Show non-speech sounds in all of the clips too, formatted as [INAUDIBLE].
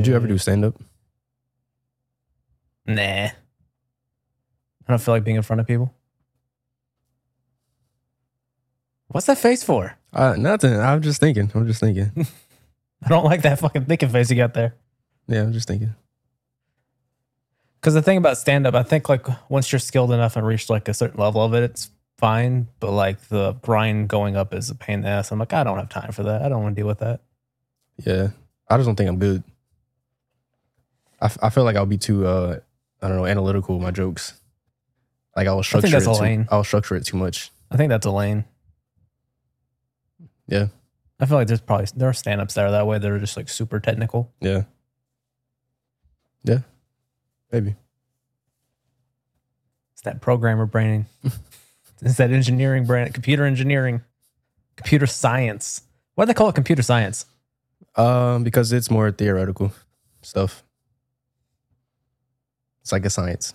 Did you ever do stand up? Nah. I don't feel like being in front of people. What's that face for? Uh, nothing. I'm just thinking. I'm just [LAUGHS] thinking. I don't like that fucking thinking face you got there. yeah, I'm just thinking. Because the thing about stand up, I think like once you're skilled enough and reached like a certain level of it, it's fine. But like the grind going up is a pain in the ass. I'm like, I don't have time for that. I don't want to deal with that. Yeah, I just don't think I'm good. I, f- I feel like I'll be too uh I don't know analytical with my jokes. Like I'll structure that's it. a too- lane. I'll structure it too much. I think that's a lane. Yeah. I feel like there's probably there are stand ups that are that way that are just like super technical. Yeah. Yeah. Maybe. It's that programmer braining. it's that engineering brain, computer engineering, computer science. Why do they call it computer science? [LAUGHS] Um, because it's more theoretical stuff. It's like a science.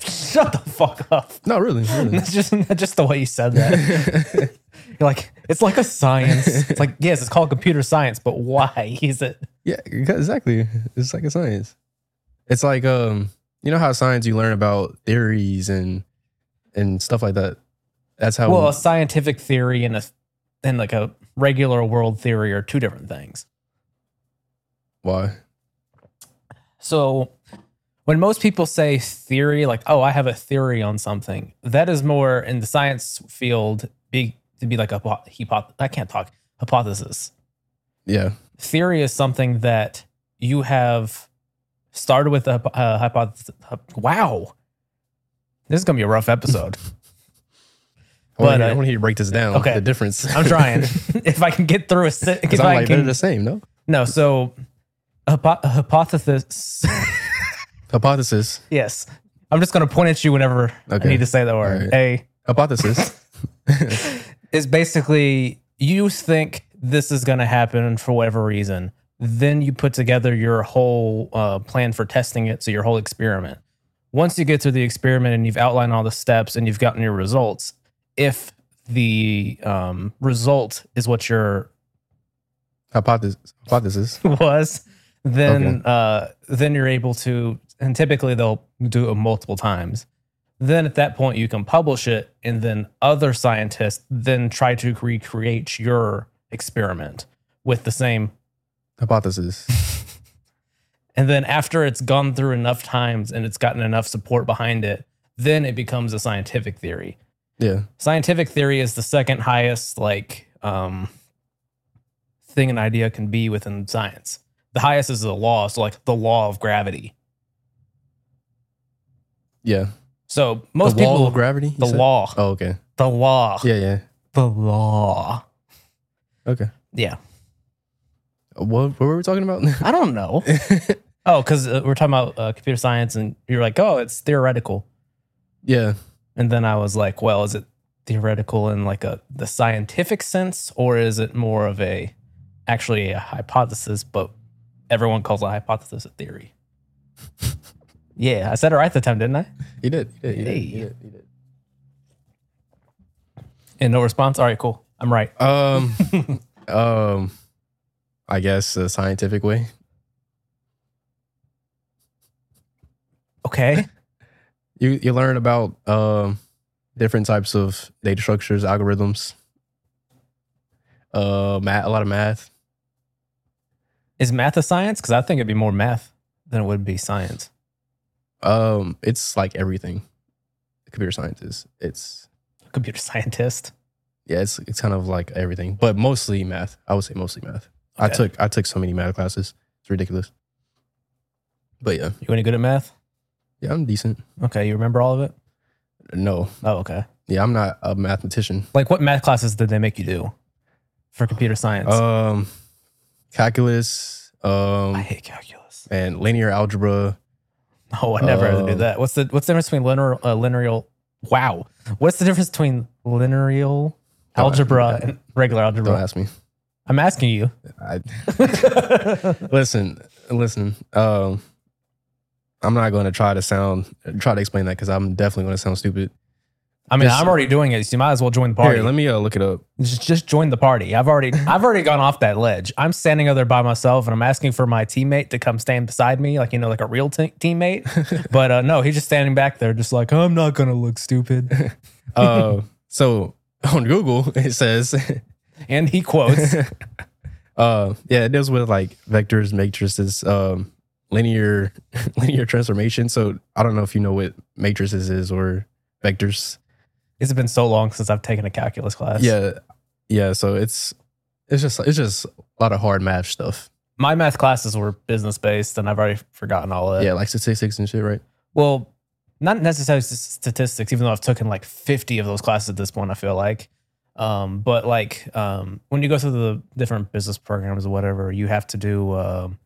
Shut the fuck up. No, really. [LAUGHS] really. That's just that's just the way you said [LAUGHS] that. You're like, it's like a science. It's like, yes, it's called computer science, but why [LAUGHS] is it? Yeah, exa- exactly. It's like a science. It's like um, you know how science you learn about theories and and stuff like that. That's how. Well, a scientific theory and a and like a regular world theory are two different things. why? So when most people say theory, like, oh, I have a theory on something, that is more in the science field be to be like a hypo- hypo- I can't talk hypothesis. Yeah, theory is something that you have started with a, a hypothesis. uh, Wow. This is going to be a [LAUGHS] rough episode. I want But, to uh, hear, you to break this down. okay. the difference. [LAUGHS] I'm trying. [LAUGHS] if I can get through a se- if because I'm I like can, they're the same. No No, so a, hypo- a hypothesis. [LAUGHS] hypothesis. yes. I'm just going to point at you whenever I Okay. need to say that word. All right. A Hypothesis. [LAUGHS] is basically you think this is going to happen for whatever reason. Then you put together your whole uh, plan for testing it. So your whole experiment. Once you get through the experiment and you've outlined all the steps and you've gotten your results, if the um, result is what your hypothesis. Hypothesis. [LAUGHS] was, then uh, then you're able to. And typically they'll do it multiple times. Then at that point you can publish it, and then other scientists then try to recreate your experiment with the same. Hypothesis. And then after it's gone through enough times and it's gotten enough support behind it, then it becomes a scientific theory. Yeah. Scientific theory is the second highest like um, thing an idea can be within science. The highest is the law, so like the law of gravity. Yeah. So most the wall people, of gravity. you the said? law, Oh, okay. the law, Yeah. Yeah. the law. Okay. Yeah, What, what were we talking about? [LAUGHS] I don't know. oh, because uh, we're talking about uh, computer science, and you're like, oh, it's theoretical, yeah. and then I was like, well, is it theoretical in like a the scientific sense, or is it more of a actually a hypothesis, but everyone calls a hypothesis a [LAUGHS] theory? yeah, I said it right the time, didn't I? He did. He did. He did. He Hey. did. He did. And no response. All right, cool. [LAUGHS] I'm right. Um, um, I guess a scientific way. Okay. You you learn about um different types of data structures, algorithms. Uh, math, a lot of math. Is math a science? Because I think it'd be more math than it would be science. Um, it's like everything. Computer scientists. It's Computer [LAUGHS] scientist. yeah, it's it's kind of like everything, but mostly math. I would say mostly math. I Okay. took I took so many math classes. It's ridiculous. But yeah, You any good at math? yeah, I'm decent. Okay, you remember all of it? No, Oh, okay. yeah, I'm not a mathematician. Like what math classes did they make you do for computer science? Um, calculus. I Um, hate calculus. and linear algebra. Oh, I never had to do um, that. What's the what's the difference between linear uh, linear? Wow, what's the difference between linear Don't- algebra and regular Don't algebra? ask me. I'm asking you. [LAUGHS] I, okay, listen, listen. Um, I'm not going to try to sound try to explain that because I'm definitely going to sound stupid. I mean, Just- I'm already doing it. So you might as well join the party. Here, let me uh, look it up. just, just join the party. I've already I've already gone off that ledge. I'm standing over there by myself, and I'm asking for my teammate to come stand beside me, like you know, like a real te- teammate. but uh, no, he's just standing back there, just like I'm not gonna look stupid. Uh, so on Google, [LAUGHS] it says, and he quotes, [LAUGHS] uh, yeah, it deals with like vectors, matrices, um, linear, [LAUGHS] linear transformation. So I don't know if you know what matrices is or vectors. "It's been so long since I've taken a calculus class." Yeah, yeah. So it's it's just it's just a lot of hard math stuff. my math classes were business based, and I've already forgotten all of it. Yeah, like statistics and shit, right? Well, not necessarily s- statistics, even though I've taken like 50 of those classes at this point, I feel like. Um, but like um, when you go through the different business programs or whatever, you have to do um,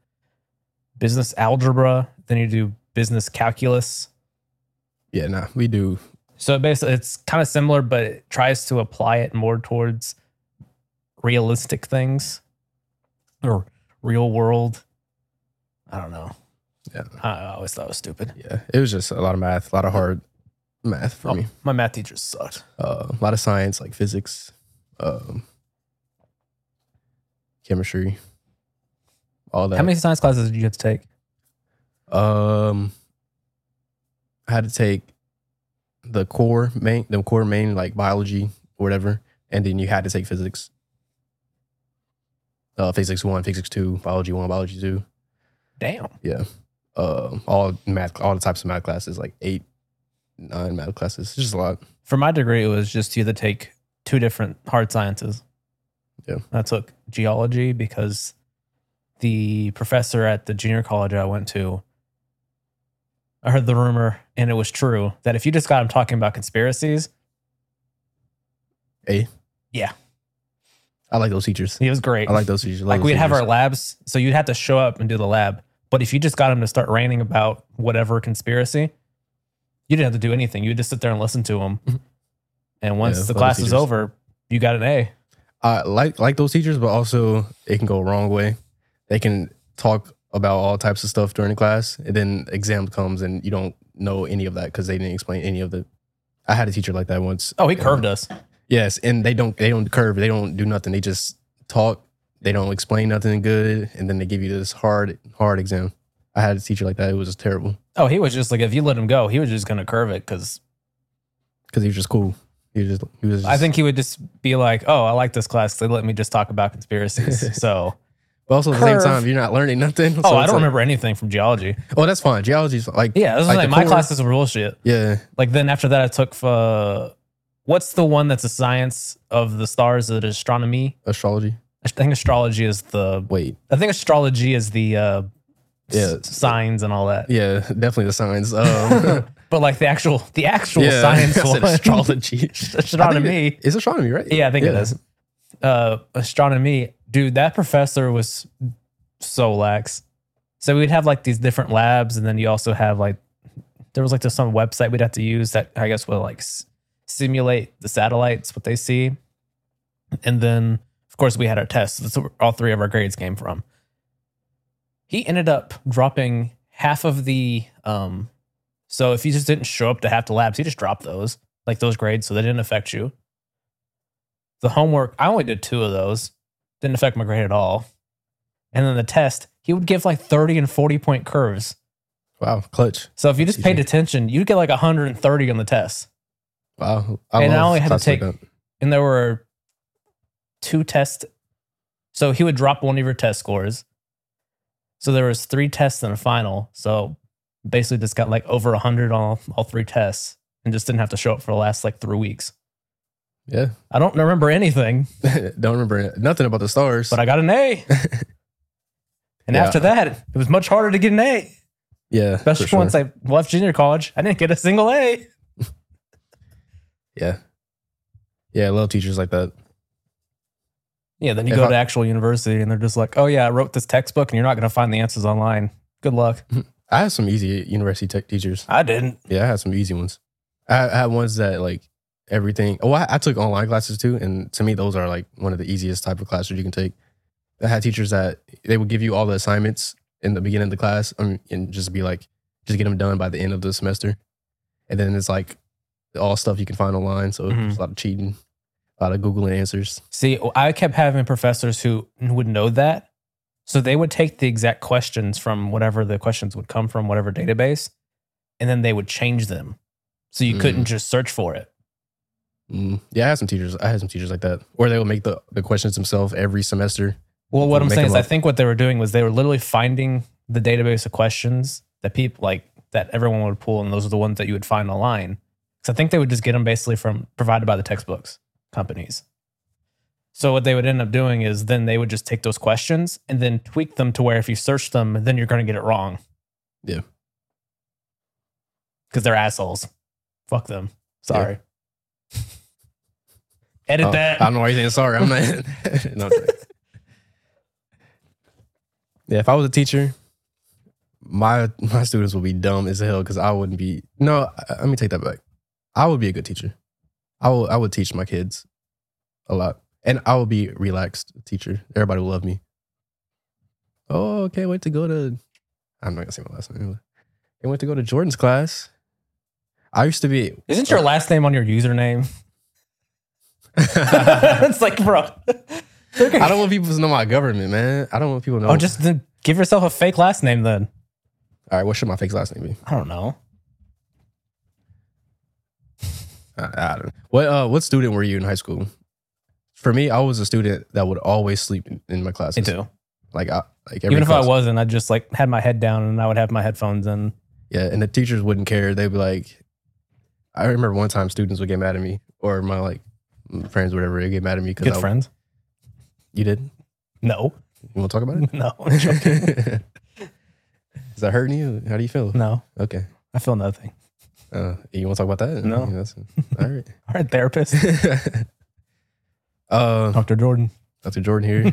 business algebra, then you do business calculus. Yeah, nah, we do. So basically, it's kind of similar, but it tries to apply it more towards realistic things or real world. I don't know. Yeah. I I always thought it was stupid. Yeah, it was just a lot of math, a lot of hard math for Oh, me. my math teacher sucked. Uh, a lot of science, like physics, um, chemistry, all that. How many science classes did you have to take? Um, I had to take the core main, the core main like biology or whatever, and then you had to take physics. Uh, physics one, physics two, biology one, biology two. Damn. Uh, all math, all the types of math classes, like eight, nine math classes. It's just a lot. For my degree, it was just you had to take two different hard sciences. Yeah. I took geology because the professor at the junior college I went to, I heard the rumor, and it was true, that if you just got him talking about conspiracies, I like those teachers. he was great. I like those teachers. I love like those we'd have teachers. our labs, so you'd have to show up and do the lab. But if you just got him to start ranting about whatever conspiracy, you didn't have to do anything. You just sit there and listen to him. And once Yeah, the love class was teachers. over, you got an A. I like like those teachers, but also it can go a wrong way. They can talk about all types of stuff during the class, and then exam comes and you don't know any of that because they didn't explain any of the. I had a teacher like that once. Oh, he curved us. Yes, and they don't they don't curve, they don't do nothing. They just talk. They don't explain nothing good, and then they give you this hard hard exam. I had a teacher like that. It was just terrible Oh, he was just like if you let him go, he was just gonna curve it because because he was just cool. He was just he was. Just, I think he would just be like, "Oh, I like this class. 'cause They let me just talk about [LAUGHS] conspiracies." so, but also at the same curve. time, you're not learning nothing. [LAUGHS] oh, I don't remember anything from geology. Oh, that's fine. Geology's like Yeah, this was Like like, the my core- classes were bullshit. yeah. Like then after that, I took uh, what's the one that's a science of the stars? That astronomy. Astrology. I think astrology is the. Wait, I think astrology is the. Uh, Yeah. s- signs and all [LAUGHS] that. Yeah, definitely the signs. [LAUGHS] Um, But like the actual, the [LAUGHS] actual yeah, [LAUGHS] science I said one, astrology. [LAUGHS] astronomy. I think it- it's astronomy, right? Yeah, I think it Yeah. is. Uh, astronomy, dude. That professor was so lax. So we'd have like these different labs, and then you also have like there was like just some website we'd have to use that I guess will like s- simulate the satellites what they see, and then of course we had our tests. That's where all three of our grades came from. He ended up dropping half of the um. So if you just didn't show up to half the labs, he just dropped those like those grades, so they didn't affect you the homework i only did two of those didn't affect my grade at all and then the test he would give like 30 and 40 point curves Wow, clutch. so if you just Excuse paid me. attention you'd get like 130 on the test Wow. And I love only had to classes like take- that. and there were two tests so he would drop one of your test scores so there was three tests and a final so basically just got like over 100 on all, all three tests and just didn't have to show up for the last like three weeks i don't remember anything Yeah, [LAUGHS] don't remember nothing about the stars. but I got an [LAUGHS] A. and Yeah. after that, it was much harder to get an A, yeah, especially for sure. once I left junior college. I didn't get a single A. yeah, yeah. I love teachers like that. Yeah, then you If go I- to actual university and they're just like, oh, yeah, I wrote this textbook and you're not going to find the answers online. Good luck. I had some easy university tech teachers. I didn't. Yeah, I had some easy ones. I, I had ones that like everything. Oh, I, I took online classes too, and to me, those are like one of the easiest type of classes you can take. I had teachers that they would give you all the assignments in the beginning of the class, um, and just be like, just get them done by the end of the semester, and then it's like all stuff you can find online. So Mhm. there's a lot of cheating, a lot of Googling answers. See, I kept having professors who would know that. So they would take the exact questions from whatever the questions would come from, whatever database, and then they would change them. So you couldn't just search for it. Mm. Yeah, I had some teachers. I had some teachers like that, or they will make the, the questions themselves every semester. Well, what Or I'm make saying them is, I up. think what they were doing was they were literally finding the database of questions that people like that everyone would pull, and those are the ones that you would find online. Because I think they would just get them basically from provided by the textbooks companies. So what they would end up doing is then they would just take those questions and then tweak them to where if you search them, then you're going to get it wrong. Yeah. Because they're assholes. Fuck them. Yeah. Sorry. [LAUGHS] Edit Oh, that. I don't know why you're saying sorry. [LAUGHS] I'm not. No, I'm joking. yeah, if I was a teacher, my my students would be dumb as hell because I wouldn't be. No, I- let me take that back. I would be a good teacher. I will. I would teach my kids a lot, and I would be a relaxed teacher. Everybody would love me. Oh, can't wait to go to. I'm not gonna say my last name. Anyway. Can't wait to go to Jordan's class. I used to be. Isn't your last name on your username? [LAUGHS] I it's like, bro. don't want people to know my government, man. I don't want people to know. Oh, just then give yourself a fake last name then. All right, what should my fake last name be? I don't know. I, I don't know. What uh, what student were you in high school? For me, I was a student that would always sleep in, in my classes. Me too. Like I like every Even if I class. wasn't, I just like had my head down and I would have my headphones in. Yeah, and the teachers wouldn't care. They'd be like, I remember one time students would get mad at me or my like friends, whatever, they get mad at me Good because friends. you did. You No, [LAUGHS] want to talk about it? no, [LAUGHS] Is that hurting you? How do you feel? no. Okay. I feel nothing. Uh, you want to talk about that? No. Yeah, that's- all right. All right, therapist, uh, Dr. Jordan. Dr. Jordan [LAUGHS] here.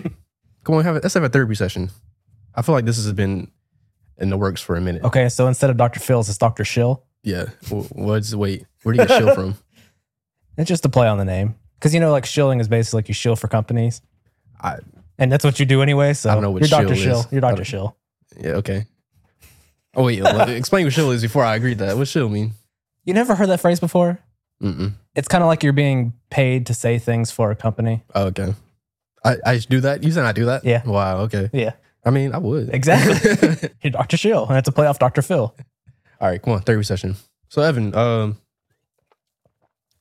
Come on, have a, let's have a therapy session. I feel like this has been in the works for a minute. Okay, so instead of Dr. Phil's, it's Dr. Shill. Yeah. Wh- What's wait? Where do you get shill [LAUGHS] from? It's just a play on the name. Because you know, like shilling is basically like you shill for companies. I- and that's what you do anyway. So I don't know what you're Dr. shill Shill. is. You're I Dr. don't- Shill. Yeah. Okay. Oh wait. let- explain what shill is before I agreed that. What shill mean? You never heard that phrase before? Mm-mm. It's kind of like you're being paid to say things for a company. Oh, okay. I I should do that. You said I do that. Yeah. Wow. Okay. Yeah. I mean, I would Exactly. You're Dr. Shill, and it's a playoff Dr. Phil. [LAUGHS] All right. Come on. Therapy session. So Evan, um,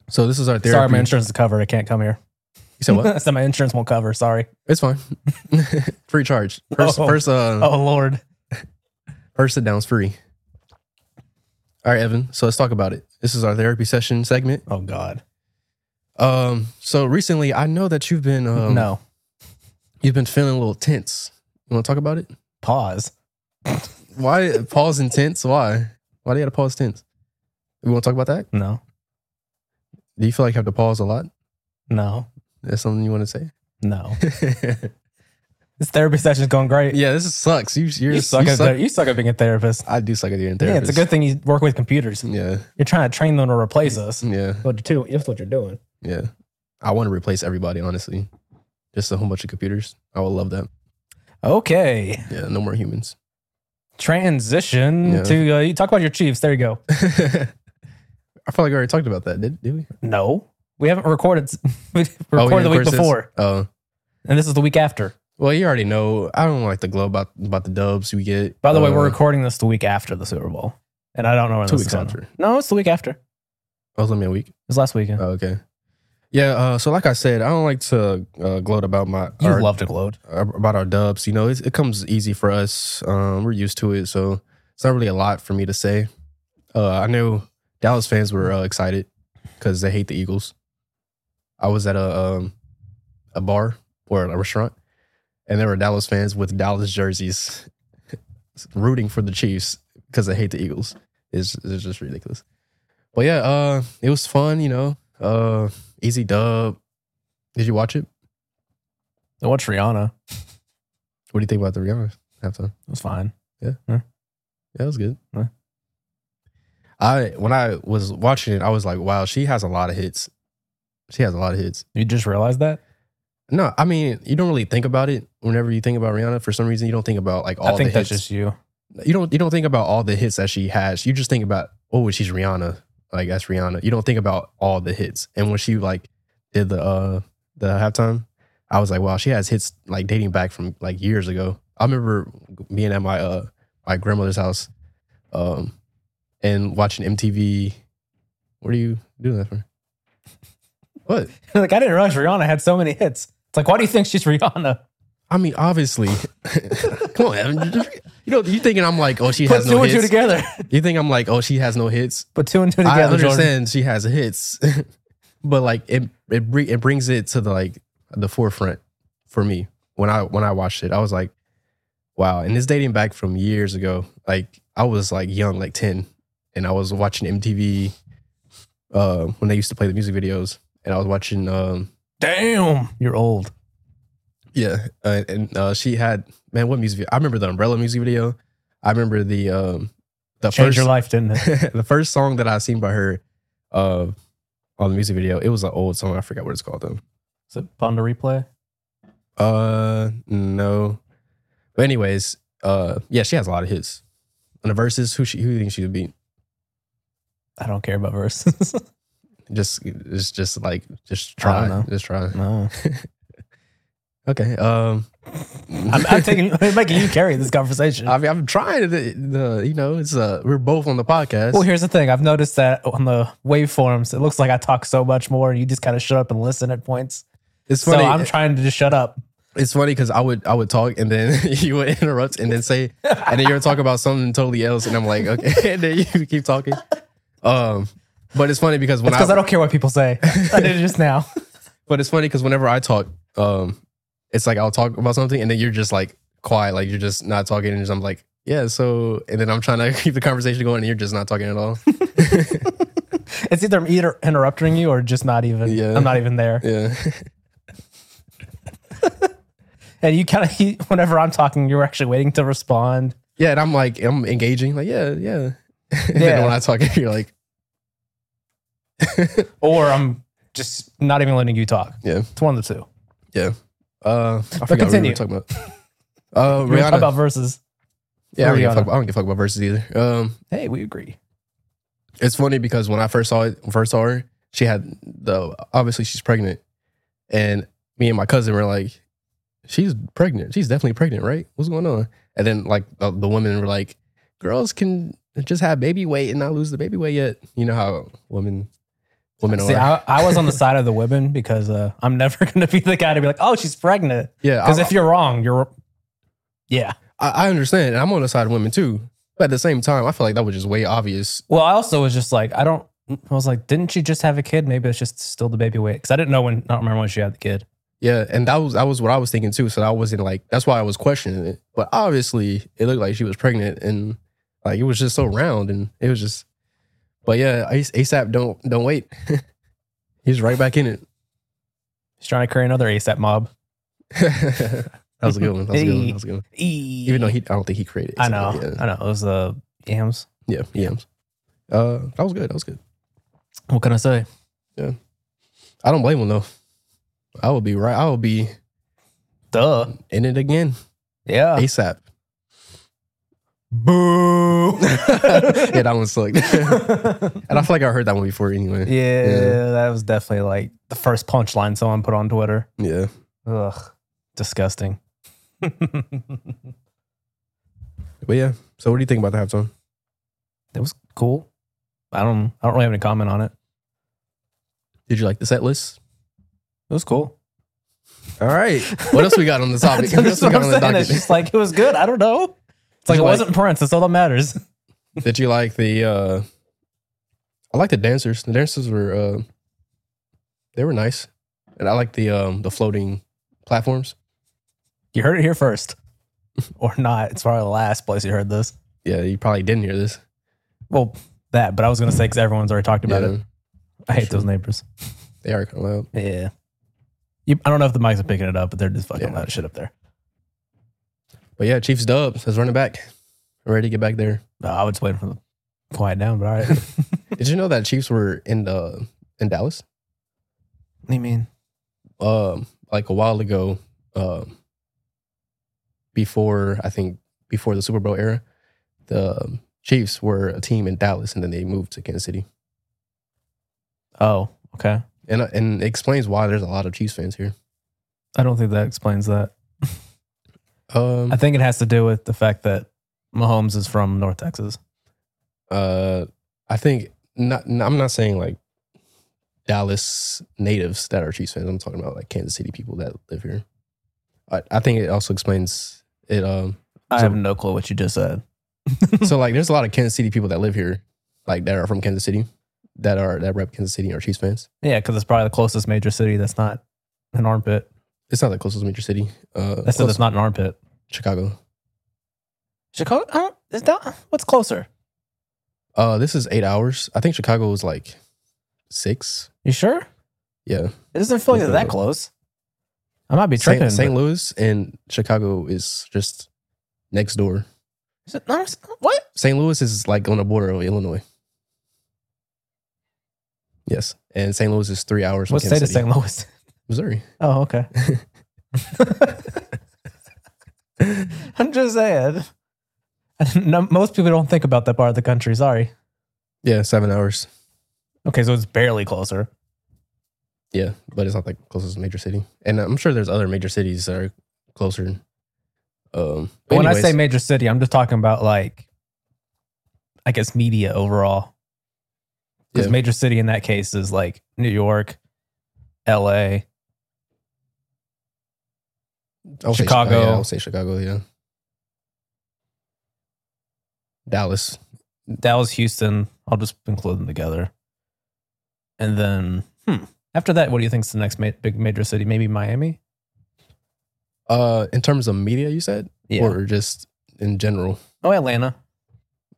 so this is our therapy. Sorry, my insurance is covered. I can't come here. You [LAUGHS] said what? so my insurance won't cover. Sorry. it's fine. [LAUGHS] free charge. First, Oh. first, uh, Oh Lord. First sit down's free. All right, Evan. So let's talk about it. This is our therapy session segment. Oh God. Um, so recently I know that you've been um no. you've been feeling a little tense. You wanna talk about it? Pause. Why pause and tense? Why? Why do you gotta pause tense? You wanna talk about that? No. Do you feel like you have to pause a lot? No. That's something you wanna say? [LAUGHS] No. This therapy session's going great. yeah, this sucks. You you're, you you suck, suck. at ther- you suck at being a therapist. I do suck at being a Yeah, therapist. Mm. it's a good thing you work with computers. Yeah, You're trying to train them to replace us. yeah, What you do- That's what you're doing. yeah. I wanna replace everybody, honestly. Just a whole bunch of computers. I would love that. Okay. Yeah, no more humans. Transition Yeah. to uh, you talk about your Chiefs. There you go. [LAUGHS] I feel like we already talked about that, did, did we? No, we haven't recorded. [LAUGHS] we recorded Oh, we didn't the week record this? before, Oh, and this is the week after. well, you already know. I don't like to glow about about the dubs we get. By the way, Uh, we're recording this the week after the Super Bowl, and I don't know when two this weeks is going. after. No, it's the week after. It Oh, it's only a week. was last weekend. Oh, okay. Yeah. Uh, so, like I said, I don't like to uh, gloat about my you our- love to gloat. about our dubs. You know, it, it comes easy for us. Um, we're used to it, so it's not really a lot for me to say. Uh, I know Dallas fans were uh, excited because they hate the Eagles. I was at a um, a bar or a restaurant, and there were Dallas fans with Dallas jerseys [LAUGHS] rooting for the Chiefs because they hate the Eagles. It's, it's just ridiculous. But yeah, uh, it was fun. You know, uh, easy dub. Did you watch it? I watched Rihanna. It What do you think about the Rihanna halftime? was fine. That was good. Yeah. I when I was watching it, I was like, wow, she has a lot of hits. She has a lot of hits. You just realized that? No, I mean, you don't really think about it whenever you think about Rihanna. For some reason, you don't think about like all I think the that's hits. just you. [LAUGHS] you don't you don't think about all the hits that she has. You just think about, oh, she's Rihanna. Like that's Rihanna. You don't think about all the hits. And when she like did the uh the halftime, I was like, wow, she has hits like dating back from like years ago. I remember being at my uh my grandmother's house, um, and watching MTV. What are you doing that for? What? like I didn't realize Rihanna had so many hits. It's like, why do you think she's Rihanna? I mean, obviously, [LAUGHS] come on, Evan. You know, you thinking I'm like, oh, she Put has two no and two hits. together. [LAUGHS] You think I'm like, oh, she has no hits. Put two and two I together. Jordan. understand she has hits, [LAUGHS] but like it, it, br- it brings it to the like the forefront for me when I when I watched it. I was like, wow, and it's dating back from years ago. Like I was like young, like ten, and I was watching MTV uh, when they used to play the music videos, and I was watching. Um, Damn, you're old. yeah, uh, and uh, she had man, what music? Video? I remember the Umbrella music video. I remember the um, the Changed first your life, didn't it? [LAUGHS] the first song that I seen by her uh, on the music video, it was an old song. I forgot what it's called though. Is it fun to replay? Uh, no. But anyways, uh, yeah, she has a lot of hits. And the verses, who she who do you think she would be? I don't care about verses. [LAUGHS] Just it's just like just try, I don't know. just try. no, Okay. Um, I'm, [LAUGHS] I'm taking, [LAUGHS] I'm making you carry this conversation. I mean, I'm trying to, the, you know, it's uh, we're both on the podcast. Well, here's the thing. I've noticed that on the waveforms, it looks like I talk so much more, and you just kind of shut up and listen at points. it's So funny. I'm trying to just shut up. it's funny because I would, I would talk and then [LAUGHS] you would interrupt and then say, and then you're talking about something totally else, and I'm like, okay, [LAUGHS] and then you keep talking. Um, but it's funny because when Because I, I, don't care what people say. I did it [LAUGHS] just now. but it's funny because whenever I talk, um, it's like I'll talk about something, and then you're just like quiet, like you're just not talking, and just, I'm like, yeah, so, and then I'm trying to [LAUGHS] keep the conversation going, and you're just not talking at all. It's either I'm either interrupting you or just not even. Yeah. I'm not even there. yeah, [LAUGHS] And [LAUGHS] you kind of, whenever I'm talking, you're actually waiting to respond. yeah, and I'm like, I'm engaging, like yeah, yeah. [LAUGHS] and Yeah. then when I talk, [LAUGHS] you're like, Or I'm just not even letting you talk. Yeah. It's one of the two. yeah. Uh, I forgot what we continue. were talking about. Uh, [LAUGHS] We were talking Rihanna. about verses. yeah, I don't, give a Rihanna. fuck, I don't give a fuck about verses either. Um, Hey, we agree. it's funny because when I first saw it, first saw her, she had the obviously she's pregnant, and me and my cousin were like, "She's pregnant. She's definitely pregnant, right? What's going on?" And then like the, the women were like, "Girls can just have baby weight and not lose the baby weight yet." You know how women women See, are. I, I was on the side of the women because uh, I'm never [LAUGHS] going to be the guy to be like, oh, she's pregnant. yeah, Because I- if you're wrong, you're. Yeah. I, I understand, and I'm on the side of women too. But at the same time, I feel like that was just way obvious. Well, I also was just like, I don't. I was like, didn't she just have a kid? Maybe it's just still the baby weight. Because I didn't know when. I don't remember when she had the kid. Yeah, and that was that was what I was thinking too. So I wasn't like that's why I was questioning it. But obviously, it looked like she was pregnant, and like it was just so round, and it was just. But yeah, Ace- ASAP, don't don't wait. [LAUGHS] He's right back in it. [LAUGHS] She's trying to carry another ASAP mob. that was a good one. That was a good one. That was a good one. Even Even though he, I don't think he created. I ASAP, know, I know, it was uh, yams. Yeah, yeah, yams. Uh, that was good. That was good. What can I say? I don't blame him though. I would be right. I would be Duh. in it again Yeah. ASAP. [LAUGHS] Boo. [LAUGHS] yeah, that one sucked. [LAUGHS] and I feel like I heard that one before anyway. [LAUGHS] Yeah, that was definitely like the first punchline someone put on Twitter. yeah. Ugh, [LAUGHS] disgusting. it But yeah. So what do you think about the halftime? was cool. I don't, I don't really have any comment on it. Did you like the set list? It was cool. All right. [LAUGHS] What else we got on the [LAUGHS] topic? That's what else we what got I'm on the saying. It's docket? just like it was good. I don't know. It's Did like it you like- wasn't Prince. That's all that matters. [LAUGHS] Did you like the uh I like the dancers. The dancers were uh they were nice. And I like the um the floating platforms. You heard it here first, [LAUGHS] or not? It's probably the last place you heard this. Yeah, you probably didn't hear this. Well, that. But I was gonna say because everyone's already talked about Yeah, it. I hate true. those neighbors. They are kind of loud. Yeah. You, I don't know if the mics are picking it up, but they're just fucking Yeah. loud as shit up there. But yeah, Chiefs dubs is running back. Ready to get back there. No, I was waiting for them to quiet down, but [LAUGHS] all right. what Did you know that Chiefs were in the in Dallas? do you mean? um like a while ago um before I think before the Super um, Bowl era the Chiefs were a team in Dallas and then they moved to Kansas City Oh, okay. and uh, and it explains why there's a lot of Chiefs fans here. I don't think that explains that. Um, I think it has to do with the fact that Mahomes is from North Texas. uh, I think not. n- I'm not saying like Dallas natives that are Chiefs fans. I'm talking about like Kansas City people that live here. I, I think it also explains it. Um, I So- have no clue what you just said. so like, there's a lot of Kansas City people that live here, like that are from Kansas City, that are that rep Kansas City and are Chiefs fans. Yeah, because it's probably the closest major city that's not an armpit. It's not the closest major city. Uh, That's close- that's not an armpit. Chicago. Chicago? I don't, is that, what's closer? Uh, this is eight hours. I think Chicago was like six. You sure? Yeah, It doesn't feel like Closer, that but- close. I might be tripping. St. St. but- Louis and Chicago is just next door. Is it- no, it's- what? St. Louis is like on the border of Illinois. Yes, and St. Louis is three hours. What from Kansas state is City. St. Louis? Missouri. [LAUGHS] Oh, okay. [LAUGHS] I'm just [LAUGHS] saying. I didn't know- most people don't think about that part of the country. Sorry. Yeah, seven hours. Okay, so it's barely closer. Yeah, but it's not the closest major city, and I'm sure there's other major cities that are closer. Um, but when I anyways, say major city, I'm just talking about like, I guess media overall. Because Yeah. major city in that case is like New York, L.A. I would say Chicago. yeah, I would say Chicago. Yeah, Dallas. Dallas, Houston. I'll just include them together. And then hmm, after that, what do you think's the next ma- big major city? Maybe Miami. Uh, in terms of media, you said, or just in general. oh, Atlanta.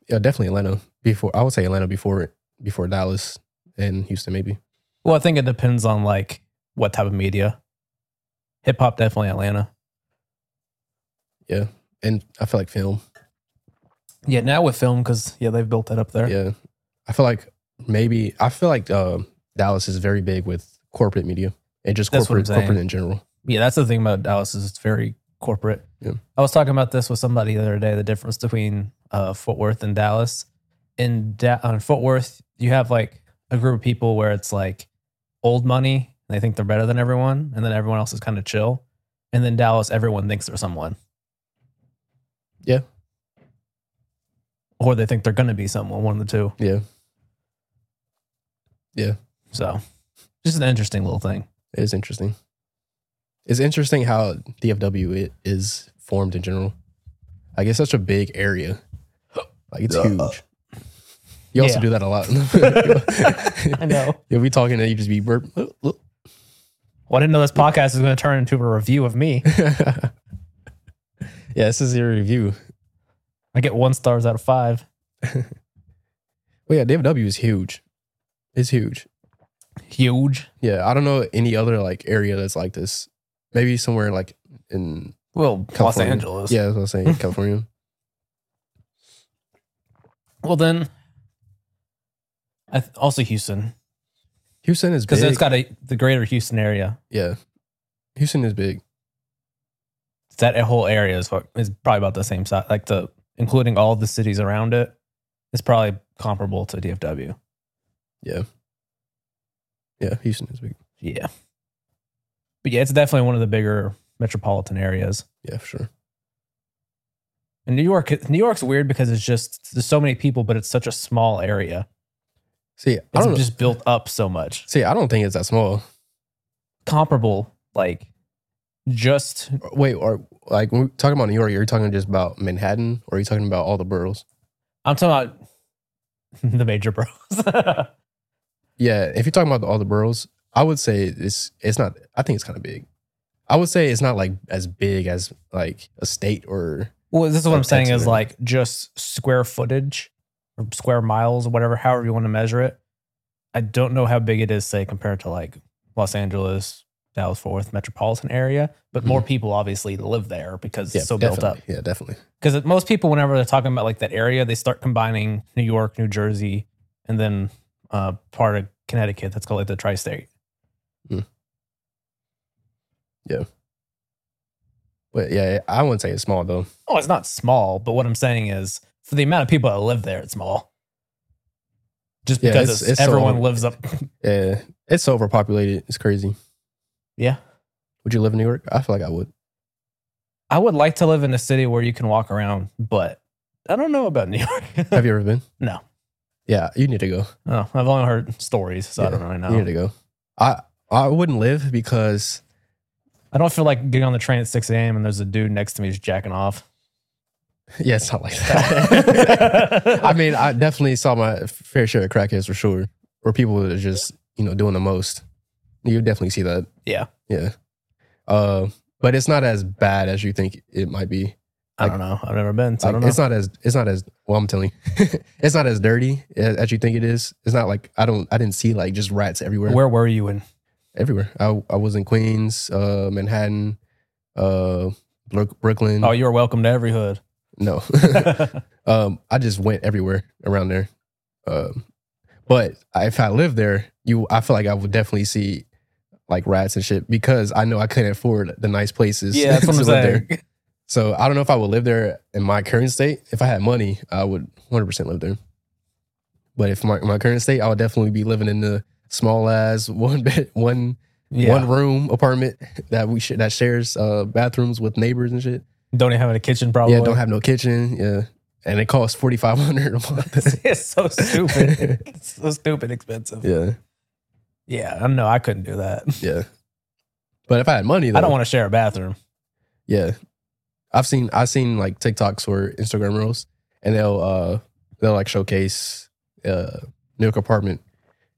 Yeah, definitely Atlanta before. I would say Atlanta before before Dallas and Houston, maybe. Well, I think it depends on like what type of media. Hip hop, definitely Atlanta. And I feel like film. Yeah, now with film because yeah, they've built that up there. Yeah, I feel like maybe I feel like uh, Dallas is very big with corporate media and just That's what I'm corporate saying. corporate in general. Yeah, that's the thing about Dallas is it's very corporate. Yeah. I was talking about this with somebody the other day. The difference between uh, Fort Worth and Dallas. In da- on Fort Worth, you have like a group of people where it's like old money. And they think they're better than everyone, and then everyone else is kind of chill. And then Dallas, everyone thinks they're someone. Yeah. Or they think they're going to be someone. One of the two. Yeah, So, just an interesting little thing. it is interesting. It's interesting how DFW it is formed in general. Like it's such a big area. Like it's Yeah. huge. You also Yeah. do that a lot. [LAUGHS] [LAUGHS] I know. You'll be talking and you just be burp. [LAUGHS] Well, I didn't know this podcast was going to turn into a review of me. yeah, this is your review. I get one stars out of five. Well, yeah, DFW is huge. It's huge. Huge. Yeah, I don't know any other like area that's like this. Maybe somewhere like in Well, California. Los Angeles. Yeah, that's what I'm saying. [LAUGHS] California. Well, then, I th- also Houston Houston is big. because it's got a the greater Houston area. yeah. Houston is big. That whole area is what is probably about the same size. Like the including all the cities around it is probably comparable to DFW. Yeah, Houston is big. Yeah. But yeah, it's definitely one of the bigger metropolitan areas. Yeah, for sure. And New York, New York's weird because it's just there's so many people, but it's such a small area. See, I It's don't just built up so much. see. I don't think it's that small. comparable, like just Wait, or like when we're talking about New York, are you talking just about Manhattan, or are you talking about all the boroughs? I'm talking about [LAUGHS] the major bros. [LAUGHS] Yeah, if you're talking about all the boroughs, I would say it's it's not. I think it's kind of big. I would say it's not like as big as like a state or well, this is what I'm That's saying is it. like just square footage or square miles or whatever, however you want to measure it. I don't know how big it is, say, compared to like Los Angeles, Dallas Fort Worth metropolitan area, but more people obviously live there because Mm-hmm. yeah, it's so built up. definitely. Yeah, definitely. Because most people, whenever they're talking about like that area, they start combining New York, New Jersey, and then uh, part of Connecticut that's called like the tri state. But yeah, I wouldn't say it's small though. Oh, it's not small, but what I'm saying is for the amount of people that live there, it's small. just Yeah, it's- because it's- it's so everyone hard. lives up. [LAUGHS] Yeah, it's so overpopulated. It's crazy. Yeah. Would you live in New York? I feel like I would. I would like to live in a city where you can walk around, but I don't know about New York. [LAUGHS] Have you ever been? No. Yeah, you need to go. oh, I've only heard stories, so I Yeah, don't really You need know. to go. I I wouldn't live because [LAUGHS] I don't feel like getting on the train at 6 a.m. and there's a dude next to me just jacking off. yeah, it's not like that. [LAUGHS] I I mean, I definitely saw my fair share of crackheads for sure, or people that are just you know doing the most. You definitely see that. Yeah. Yeah. Uh, but it's not as bad as you think it might be. I don't know. I've never been, so I Like, don't know. It's not as it's not as well. I'm telling you, [LAUGHS] it's not as dirty as, as you think it is. It's not like I don't I didn't see like just rats everywhere. Where were you in? Everywhere. I I was in Queens, uh, Manhattan, uh, Brook- Brooklyn. Oh, you're welcome to every [LAUGHS] hood. no, um, I just went everywhere around there. Um, but I- if I lived there, you I feel like I would definitely see like rats and shit because I know I couldn't afford the nice [LAUGHS] places. [LAUGHS] yeah, that's what to I'm live there. saying. So I don't know if I would live there in my current state. If I had money, I would 100% live there. But if my, my current state, I would definitely be living in the small ass [LAUGHS] one bed, one Yeah. one room apartment [LAUGHS] that we sh- that shares uh, bathrooms with neighbors and shit. don't even have a kitchen, probably. Yeah, don't have no kitchen. Yeah, and it costs forty five hundred a [LAUGHS] [LAUGHS] month. it's [LAUGHS] so stupid. it's so stupid expensive. Yeah. yeah, I don't know. I couldn't do that. yeah. But if I had money, though, I don't want to share a bathroom. Yeah, I've seen I've seen like TikToks or Instagram reels, and they'll uh they'll like showcase uh New York apartment,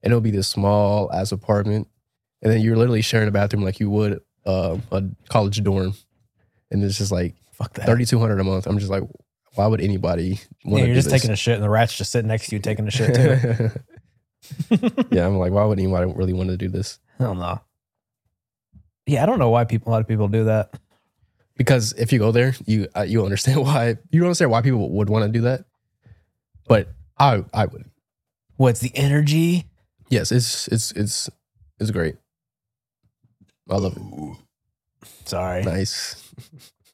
and it'll be this small ass apartment, and then you're literally sharing a bathroom like you would uh, a college dorm, and it's just like Fuck that. thirty two hundred a month. I'm just like, why would anybody? yeah, want you're do just this? taking a shit, and the rat's just sitting next to you taking a [LAUGHS] shit too. yeah, I'm like, why would anybody really want to do this? Hell no. Yeah, I don't know why people. A lot of people do that. because if you go there, you uh, you understand [LAUGHS] why you understand why people would want to do that. But I I would. What's the energy? Yes, it's it's it's it's great. I love it. Sorry. Nice.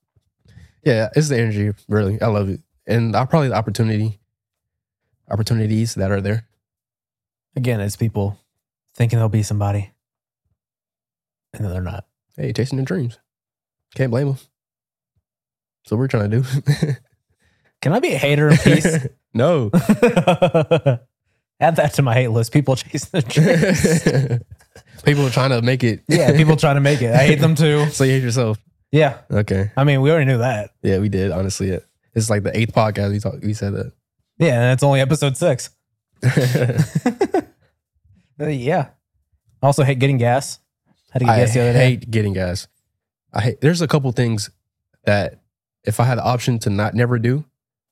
[LAUGHS] yeah, it's the energy. Really, I love it, and I probably the opportunity opportunities that are there. Again, it's people thinking they'll be somebody, and then they're not. Hey, chasing their dreams. Can't blame them. So we're trying to do. Can I be a hater [LAUGHS] in peace? [LAUGHS] no. Add that to my hate list. People [LAUGHS] chasing their dreams. [LAUGHS] people trying to make it. yeah, [LAUGHS] people trying to make it. I hate them too. So you hate yourself. Yeah, Okay. I mean, we already knew that. Yeah, we did. Honestly, it, it's like the eighth podcast we talked. We said [LAUGHS] that. Yeah, and it's only episode six. [LAUGHS] Uh, yeah. I also hate getting gas. Had to get I gas the other day. hate getting gas. I hate, there's a couple things that if I had the option to not never do,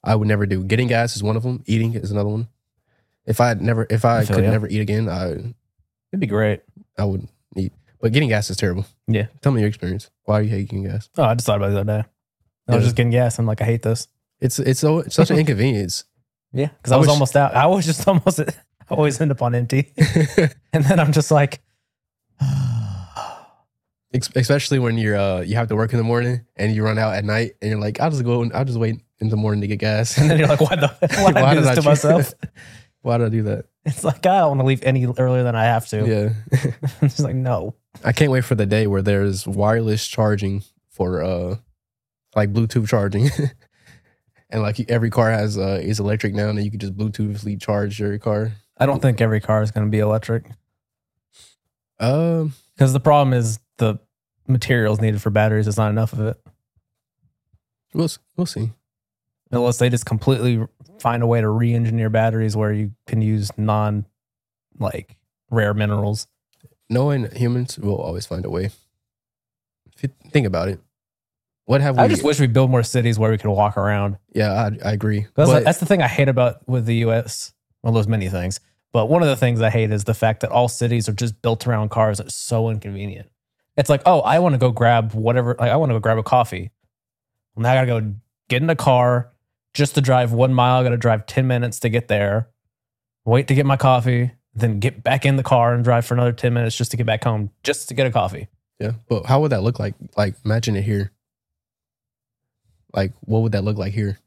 I would never do. Getting gas is one of them. Eating is another one. If I had never, if I, I feel could ya. never eat again, I It'd be great. I would eat. But getting gas is terrible. Yeah. Tell me your experience. Why you hate getting gas? Oh, I just thought about it the other day. I was Yeah. just getting gas. I'm like, I hate this. It's it's so it's [LAUGHS] such an inconvenience. Yeah, because I I, was wish- almost out. I was just [LAUGHS] almost. I always end up on empty, [LAUGHS] and then I'm just like, [SIGHS] Ex- especially when you're uh you have to work in the morning and you run out at night and you're like I'll just go and I'll just wait in the morning to get gas and then [LAUGHS] you're like, [LAUGHS] why the why, did I do did this I to choose- myself? [LAUGHS] why did I do that [LAUGHS] It's like I don't want to leave any earlier than I have to. yeah [LAUGHS] I'm just like, no. I can't wait for the day where there's wireless charging for uh like Bluetooth charging [LAUGHS] and like every car has uh is electric now and you can just Bluetoothly charge your car I don't think every car is going to be electric um because the problem is the materials needed for batteries is not enough of it. we'll s- we'll see unless they just completely find a way to re-engineer batteries where you can use non like rare minerals knowing humans will always find a way if you think about it what have we i just wish we build more cities where we could walk around yeah I, I agree that's, But- that's the thing i hate about with the us well there's many things but one of the things i hate is the fact that all cities are just built around cars it's so inconvenient it's like oh i want to go grab whatever like i want to go grab a coffee now i gotta go get in a car just to drive one mile i gotta drive 10 minutes to get there wait to get my coffee, then get back in the car and drive for another 10 minutes just to get back home, just to get a coffee. Yeah, but how would that look like? Like, imagine it here. Like, what would that look like here?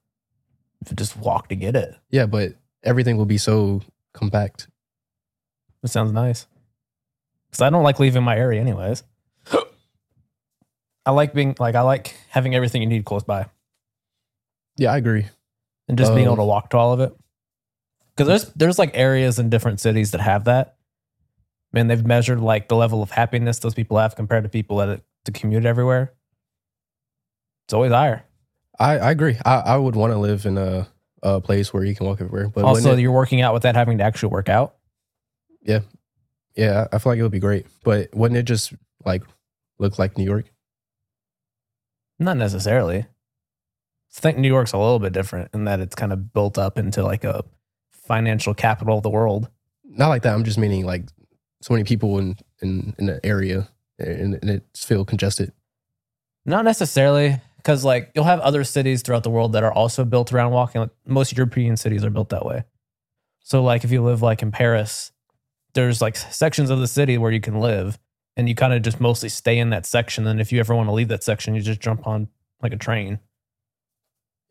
Just walk to get it. Yeah, but everything will be so compact. That sounds nice. Because I don't like leaving my area, anyways. I like being like I like having everything you need close by Yeah, I agree. and just being Um, able to walk to all of it. Because there's there's like areas in different cities that have that. Man, they've measured like the level of happiness those people have compared to people that to commute everywhere. It's always higher. I, I agree. I, I would want to live in a, a place where you can walk everywhere. But also, wouldn't it- you're working out without having to actually work out. yeah, I feel like it would be great. But wouldn't it just like look like New York? Not necessarily. I think New York's a little bit different in that it's kind of built up into like a financial capital of the world. Not like that. I'm just meaning like so many people in in, in the area and, and it's feel congested. Not necessarily, because like you'll have other cities throughout the world that are also built around walking. Like most European cities are built that way. So like if you live like in Paris, there's like sections of the city where you can live, and you kind of just mostly stay in that section. And if you ever want to leave that section, you just jump on like a train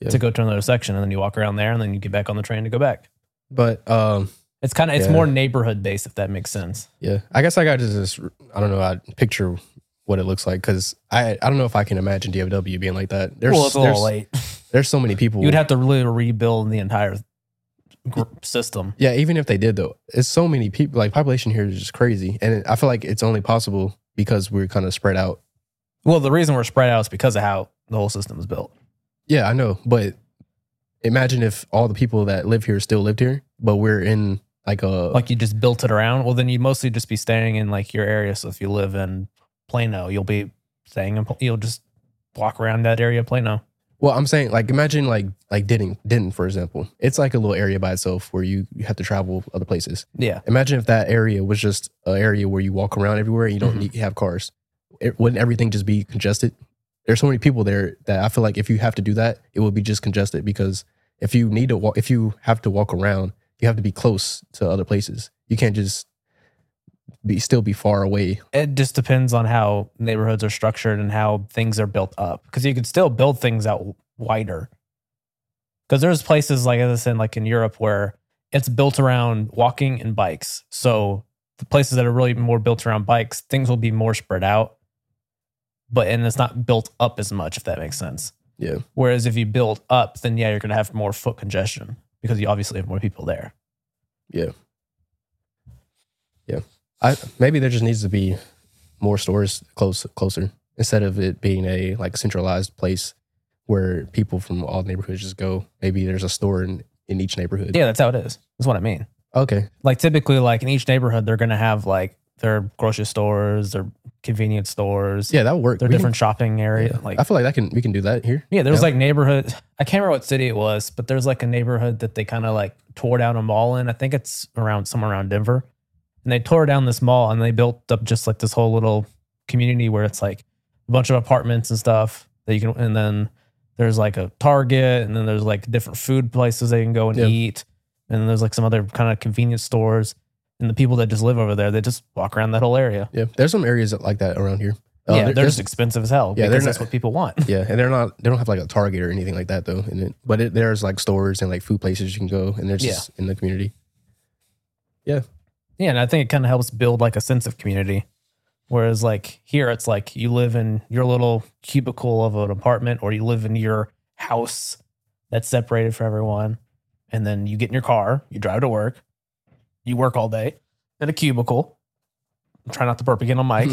Yeah. to go to another section, and then you walk around there, and then you get back on the train to go back. But um, It's kind of it's Yeah. more neighborhood based, if that makes sense. yeah, I guess I got to just I don't know. I picture what it looks like because I I don't know if I can imagine DFW being like that. There's there's, late. there's so many people. You'd have to really rebuild the entire gr- system. Yeah, even if they did though, it's so many people. Like population here is just crazy, and it, I feel like it's only possible because we're kind of spread out. Well, the reason we're spread out is because of how the whole system is built. Yeah, I know, but imagine if all the people that live here still lived here, but we're in like a Like you just built it around. Well, then you'd mostly just be staying in like your area. So if you live in Plano, you'll be staying in. Pl- You'll just walk around that area of Plano. well, I'm saying like imagine like like Denton, Denton for example. It's like a little area by itself where you you have to travel other places. Yeah, Imagine if that area was just an area where you walk around everywhere and you don't Mhm. need have cars. It, wouldn't everything just be congested? There's so many people there that I feel like if you have to do that, it will be just congested because if you need to walk, if you have to walk around, you have to be close to other places. You can't just be still be far away. it just depends on how neighborhoods are structured and how things are built up. Because you could still build things out wider. Because there's places like as I said, like in Europe where it's built around walking and bikes. So the places that are really more built around bikes, things will be more spread out. But and it's not built up as much, if that makes sense. Yeah. Whereas if you build up, then yeah, you're gonna have more foot congestion because you obviously have more people there. I maybe there just needs to be more stores close closer instead of it being a like centralized place where people from all neighborhoods just go. Maybe there's a store in in each neighborhood. Yeah, that's how it is. That's what I mean. Okay. like typically like in each neighborhood they're gonna have like their grocery stores their convenience stores Yeah, that would work. their We can- different shopping area Yeah. like I feel like that can we can do that here. yeah there was Yeah. like neighborhood i can't remember what city it was but there's like a neighborhood that they kind of like tore down a mall in i think it's around somewhere around denver and they tore down this mall and they built up just like this whole little community where it's like a bunch of apartments and stuff that you can and then there's like a target and then there's like different food places they can go and Yeah. eat and then there's like some other kind of convenience stores and the people that just live over there they just walk around that whole area Yeah, there's some areas that- like that around here. Uh, yeah there- they're, there's- just expensive as hell Yeah, yeah they're because that's not- what people [LAUGHS] want yeah, and they're not they don't have like a Target or anything like that though. In it, but it, there's like stores and like food places you can go, and they're just in the community. Yeah, and I think it kind of helps build like a sense of community. Whereas like here, it's like you live in your little cubicle of an apartment, or you live in your house that's separated from everyone, and then you get in your car, you drive to work, you work all day in a cubicle. Try not to burp again on [LAUGHS] mic.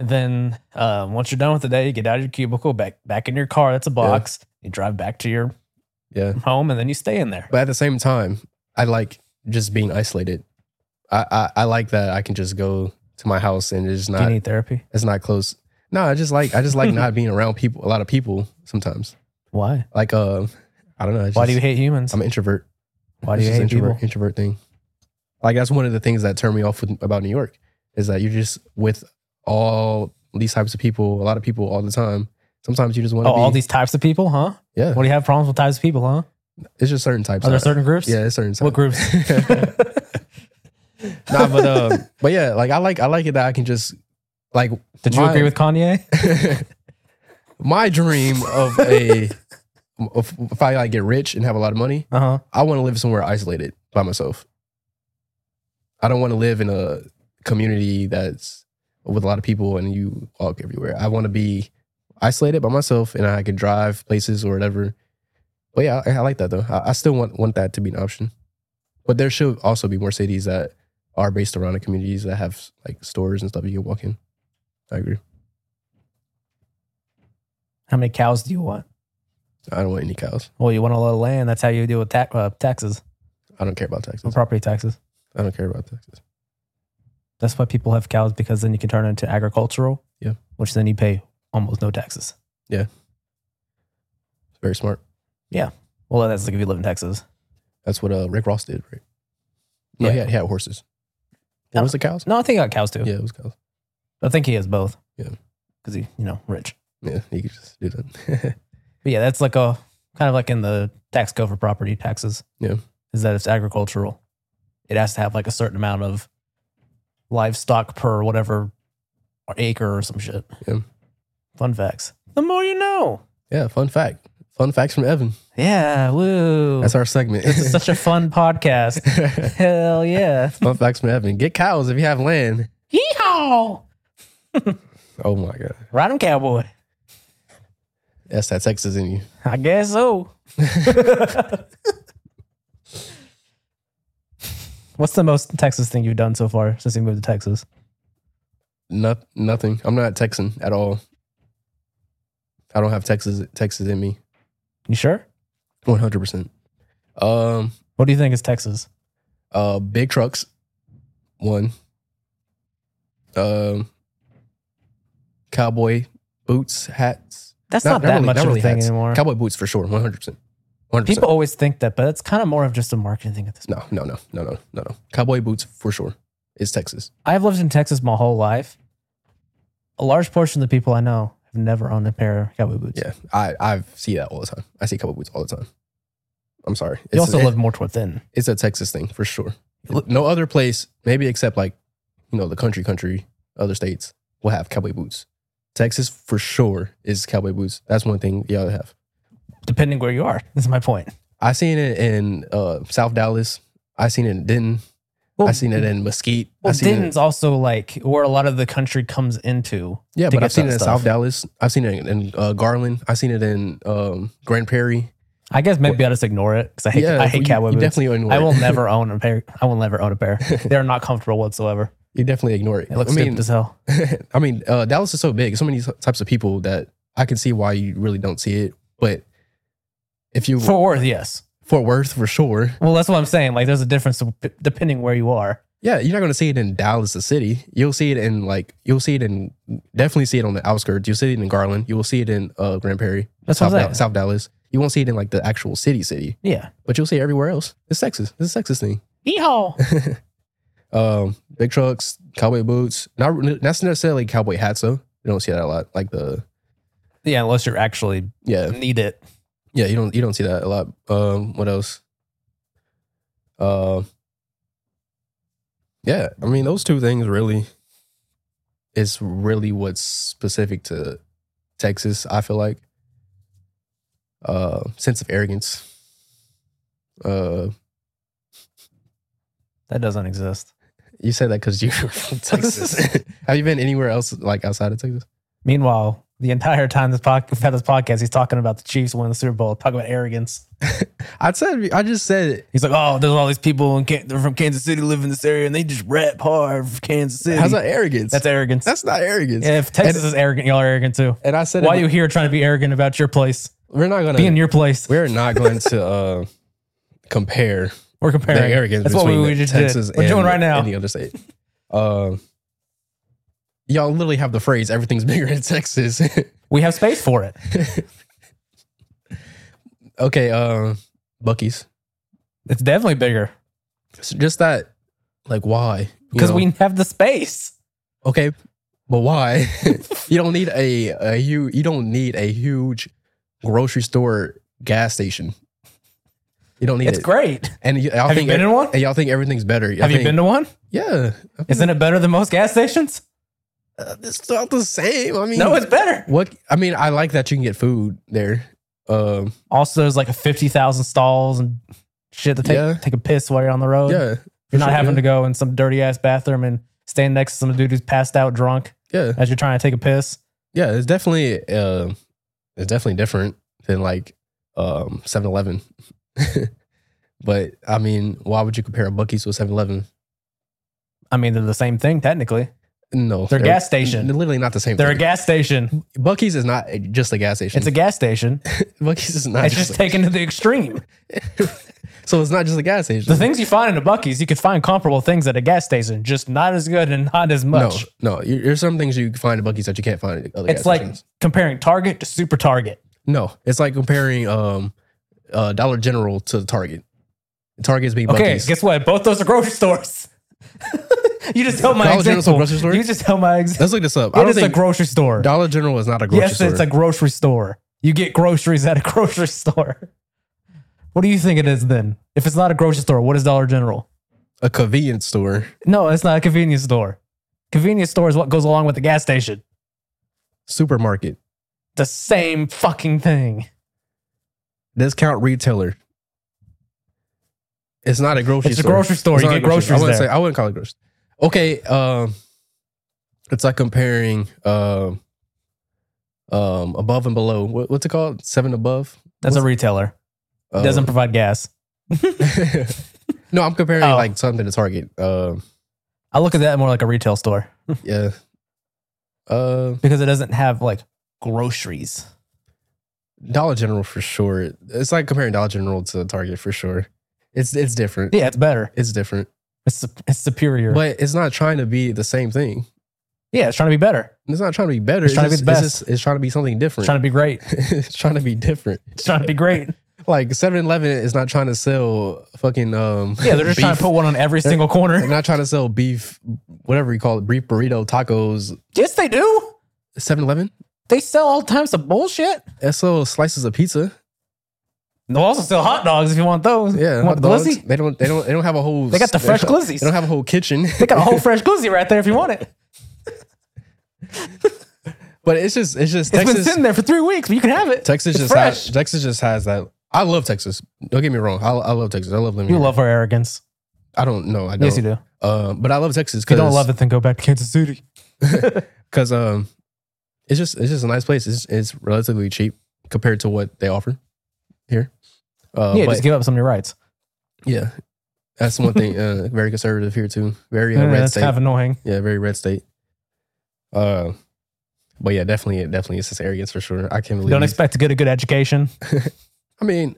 And then um, once you're done with the day, you get out of your cubicle, back back in your car. That's a box. You drive back to your [LAUGHS] yeah, home, and then you stay in there. but at the same time, I like just being isolated. I I, I like that I can just go to my house and it's Do you not need therapy? it's not close. No, I just like I just [LAUGHS] like not being around people, a lot of people sometimes. Why? Like uh, I don't know. I Why do just- you hate humans? I'm an introvert. Why do It's you just hate introvert, people? Introvert thing. Like that's one of the things that turned me off with, about New York is that you're just with all these types of people, a lot of people all the time. Sometimes you just want Oh, to be all these types of people, huh? yeah. What do you have problems with types of people, huh? It's just certain types. Are there I- certain groups? yeah, it's certain types. What groups? [LAUGHS] nah, but um, [LAUGHS] but yeah, like I like I like it that I can just [LAUGHS] like Did you my- agree with Kanye? my dream of a of, if I like get rich and have a lot of money, Uh huh. I want to live somewhere isolated by myself. I don't want to live in a community that's with a lot of people and you walk everywhere. I want to be isolated by myself and I can drive places or whatever. But yeah, I, I like that though. I, I still want want that to be an option. But there should also be more cities that are based around the communities that have like stores and stuff you can walk in. I agree. How many cows do you want? I don't want any cows. Well, you want a lot of land. That's how you deal with ta- uh, taxes, I don't care about or taxes. property taxes. I don't care about taxes. That's why people have cows because then you can turn it into agricultural. Yeah. Which then you pay almost no taxes. It's very smart. Well, that's like if you live in Texas. That's what uh, Rick Ross did, right? No, Yeah. he, had, he had horses. Yeah. What was the cows? No, I think I got cows too. Yeah, it was cows. I think he has both. Yeah. Because he, you know, rich. Yeah, he could just do that. [LAUGHS] But yeah, that's like a kind of like in the tax code for property taxes. Yeah. Is that it's agricultural. It has to have like a certain amount of livestock per whatever or acre or some shit. Yeah. Fun facts. The more you know. yeah, fun fact. Fun facts from Evan. Yeah. Woo. That's our segment. [LAUGHS] this is such a fun podcast. [LAUGHS] Hell yeah. fun facts from Evan. Get cows if you have land. Yeehaw. Oh my god, Ride 'em, cowboy. that's that Texas in you. I [LAUGHS] guess so. [LAUGHS] What's the most Texas thing you've done so far since you moved to Texas? Not nothing. I'm not Texan at all. I don't have Texas Texas in me. You sure? 100. percent Um, What do you think is Texas? uh, big trucks. One. Um, cowboy boots, hats. That's Not- not not, that really- much not of a really thing hats. anymore. Cowboy boots for sure. 100. percent 100. percent People always think that, but it's kind of more of just a marketing thing at this point. No, no, no, no, no, no, no. Cowboy boots for sure. It's Texas. I've lived in Texas my whole life. A large portion of the people I know have never owned a pair of cowboy boots. Yeah, I I see that all the time. I see cowboy boots all the time. I'm sorry. It's, You also it- live more toward thin. it's a Texas thing for sure. No other place, maybe except like you know the country, country, other states will have cowboy boots. Texas for sure is cowboy boots. That's one thing y'all have. depending where you are. [LAUGHS] This is my point. I seen it in uh, South Dallas. I seen it in Denton. Well, I seen it in Mesquite. Well, I seen Denton's also like where a lot of the country comes into. it, yeah, to but get I've seen that it in stuff. South Dallas. I've seen it in uh, Garland. I've seen it in um, Grand Prairie. I guess maybe I'll just ignore it because I hate I hate you- cowboy you boots. Definitely ignore I will it. never own a pair. I will never own a [LAUGHS] pair. They're not comfortable whatsoever. You definitely ignore it. It looks I mean, stupid as hell. [LAUGHS] I mean, uh, Dallas is so big, so many types of people that I can see why you really don't see it. But if you Fort Worth, yes. Fort Worth for sure, Well, that's what I'm saying. Like, there's a difference dep- depending where you are. yeah, you're not going to see it in Dallas, the city. You'll see it in like you'll see it in definitely see it on the outskirts. You'll see it in Garland. You will see it in uh, Grand Prairie, That's South, what I'm Dal- saying. South Dallas. You won't see it in like the actual city, city, Yeah. but you'll see it everywhere else. It's Texas. It's a Texas thing. Yeehaw. Um, big trucks, cowboy boots. Not not necessarily cowboy hats though. You don't see that a lot. Like the [LAUGHS] yeah, unless you actually uh, yeah, need it. yeah. You don't you don't see that a lot. Um, what else? Uh, yeah. I mean, those two things really is really what's specific to Texas. I feel like uh, sense of arrogance. Uh, That doesn't exist. you said that because you're [LAUGHS] from [LAUGHS] Texas. Have you been anywhere else like outside of Texas? Meanwhile, the entire time this pod- we've had this podcast, he's talking about the Chiefs winning the Super Bowl, talking about arrogance. I said I just said it. He's like, oh, there's all these people in Can- they're from Kansas City live in this area and they just rap hard for Kansas City. How's that arrogance? That's arrogance. That's not arrogance. Yeah, if Texas is arrogant, y'all are arrogant too. and I said, Why it- you here trying to be arrogant about your place? we're not gonna Be in your place. we're not going to uh, compare We're the comparing. arrogance That's what between we, we just Texas did. We're and doing right now. any other state. Um, y'all literally have the phrase "everything's bigger in Texas." [LAUGHS] We have space for it. okay, um, Bucky's. It's definitely bigger It's just that, like, why? You because know? we have the space. okay, but why? [LAUGHS] you don't need a a huge. You don't need a huge grocery store gas station. You don't need It's it. great. And y- y'all Have you think e, been in one? and y'all think everything's better. Have you been to one? Yeah, Isn't it better than most gas stations? Uh, it's not the same. I mean, No, it's better. what I mean. I like that you can get food there. Um, Also, there's like a 50,000 stalls and shit to take, Yeah. take a piss while you're on the road. yeah, You're Uh, not sure, having yeah. to go in some dirty ass bathroom and stand next to some dude who's passed out drunk Yeah, as you're trying to take a piss. yeah. It's definitely uh, it's definitely different than like um 7-Eleven. [LAUGHS] but I mean, why would you compare a Bucky's with 7-Eleven? I mean, they're the same thing technically. No, They're a gas station. They're literally not the same. They're a thing. gas station. Bucky's is not a- just a gas station. It's a gas [LAUGHS] station. Bucky's is not It's just, just a- taken to the extreme. so it's not just a gas station. The things you find in a Bucky's, you could find comparable things at a gas station, just not as good and not as no, much. no. you- There's some things you can find at Bucky's that you can't find at other it's gas like stations. comparing Target to Super Target. No, it's like comparing um uh Dollar General to Target. Target's being Okay, Bucky's. guess what? Both those are grocery stores. [LAUGHS] you just held my Dollar General's a example. grocery store? You just held my example. Let's look this up. I It don't is a think grocery store. Dollar General is not a grocery yes, store. it's a grocery store. You get groceries at a [LAUGHS] grocery store. What do you think it is then? If it's not a grocery store, what is Dollar General? a convenience store. No, it's not a convenience store. Convenience store is what goes along with the gas station. Supermarket. The same fucking thing. Discount retailer. It's not a grocery It's a store. grocery store. You not get a grocery- groceries I wouldn't there. say I wouldn't call it grocery. Okay, um it's like comparing um um above and below. What, what's it called? Seven above? That's a retailer. Uh, It doesn't provide gas. Um, [LAUGHS] No, I'm comparing Oh. like something to Target. Um I look at that more like a retail store yeah. Uh because it doesn't have like groceries. Dollar General for sure. It's like comparing Dollar General to Target for sure. It's it's different. Yeah, it's better. It's different. It's, su- it's superior. But it's not trying to be the same thing. yeah, it's trying to be better. It's not trying to be better. It's trying to be just- the It's, just, it's trying to be something It's different. trying to be great. [LAUGHS] it's trying to be different. It's trying to be great. Like 7-Eleven is not trying to sell fucking um Yeah, they're just trying to beef. put one on every single They're corner. not trying to sell beef, whatever you call it, beef burrito, tacos. [LAUGHS] Yes, they do. 7-Eleven? They sell all types of bullshit. It sells slices of pizza. They'll also sell hot dogs if you want those. Yeah. You want hot dogs. glizzy? They don't they don't they don't have a whole They got the fresh glizzies. They don't have a whole kitchen. They got a whole fresh glizzy right there if you want it. But it's just it's just It's been Texas. sitting there for three weeks, but you can have it. Texas It's just fresh. has Texas just has that. I love Texas. Don't get me wrong. I, I love Texas. I love living You here. love our arrogance. I don't know. I don't. Yes, you do. If Uh, but I love Texas you because don't love it, then go back to Kansas City. because um, it's just it's just a nice place. It's it's relatively cheap compared to what they offer here. Uh, yeah, but just give up some of your rights. yeah, that's one thing. [LAUGHS] Uh, very conservative here too. Very uh, Yeah, red that's state. kind of annoying. yeah, very red state. Uh, but yeah, definitely, definitely, it's just arrogance for sure. I can't believe. Don't expect to get a good education. I mean,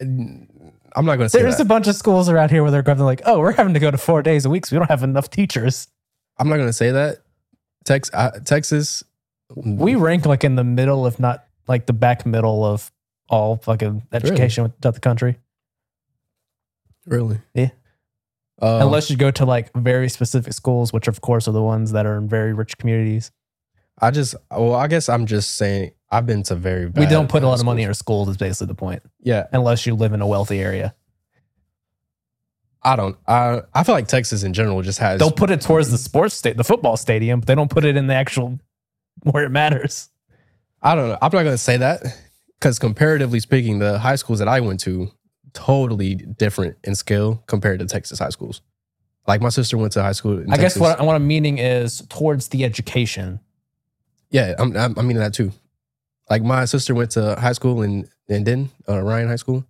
I'm not going to say There's that. a bunch of schools around here where they're going to like, oh, we're having to go to four days a week, so we don't have enough teachers. I'm not going to say that. Tex- I, Texas, We rank like in the middle, if not like the back middle of all fucking education throughout the country. really, Yeah. Um, Unless you go to like very specific schools, which of course are the ones that are in very rich communities. I just, well, I guess I'm just saying I've been to very. Bad we don't put a lot of money in schools. our schools, is basically the point. Yeah, Unless you live in a wealthy area. I don't. I I feel like Texas in general just has. They'll put it towards the sports state, the football stadium, but they don't put it in the actual [LAUGHS] where it matters. I don't know. I'm not going to say that because comparatively speaking, the high schools that I went to totally different in scale compared to Texas high schools. Like my sister went to high school. In I guess Texas. what, I, what I'm meaning is towards the education. Yeah, I'm, I'm, I mean that too. Like my sister went to high school in in Denton, uh, Ryan High School.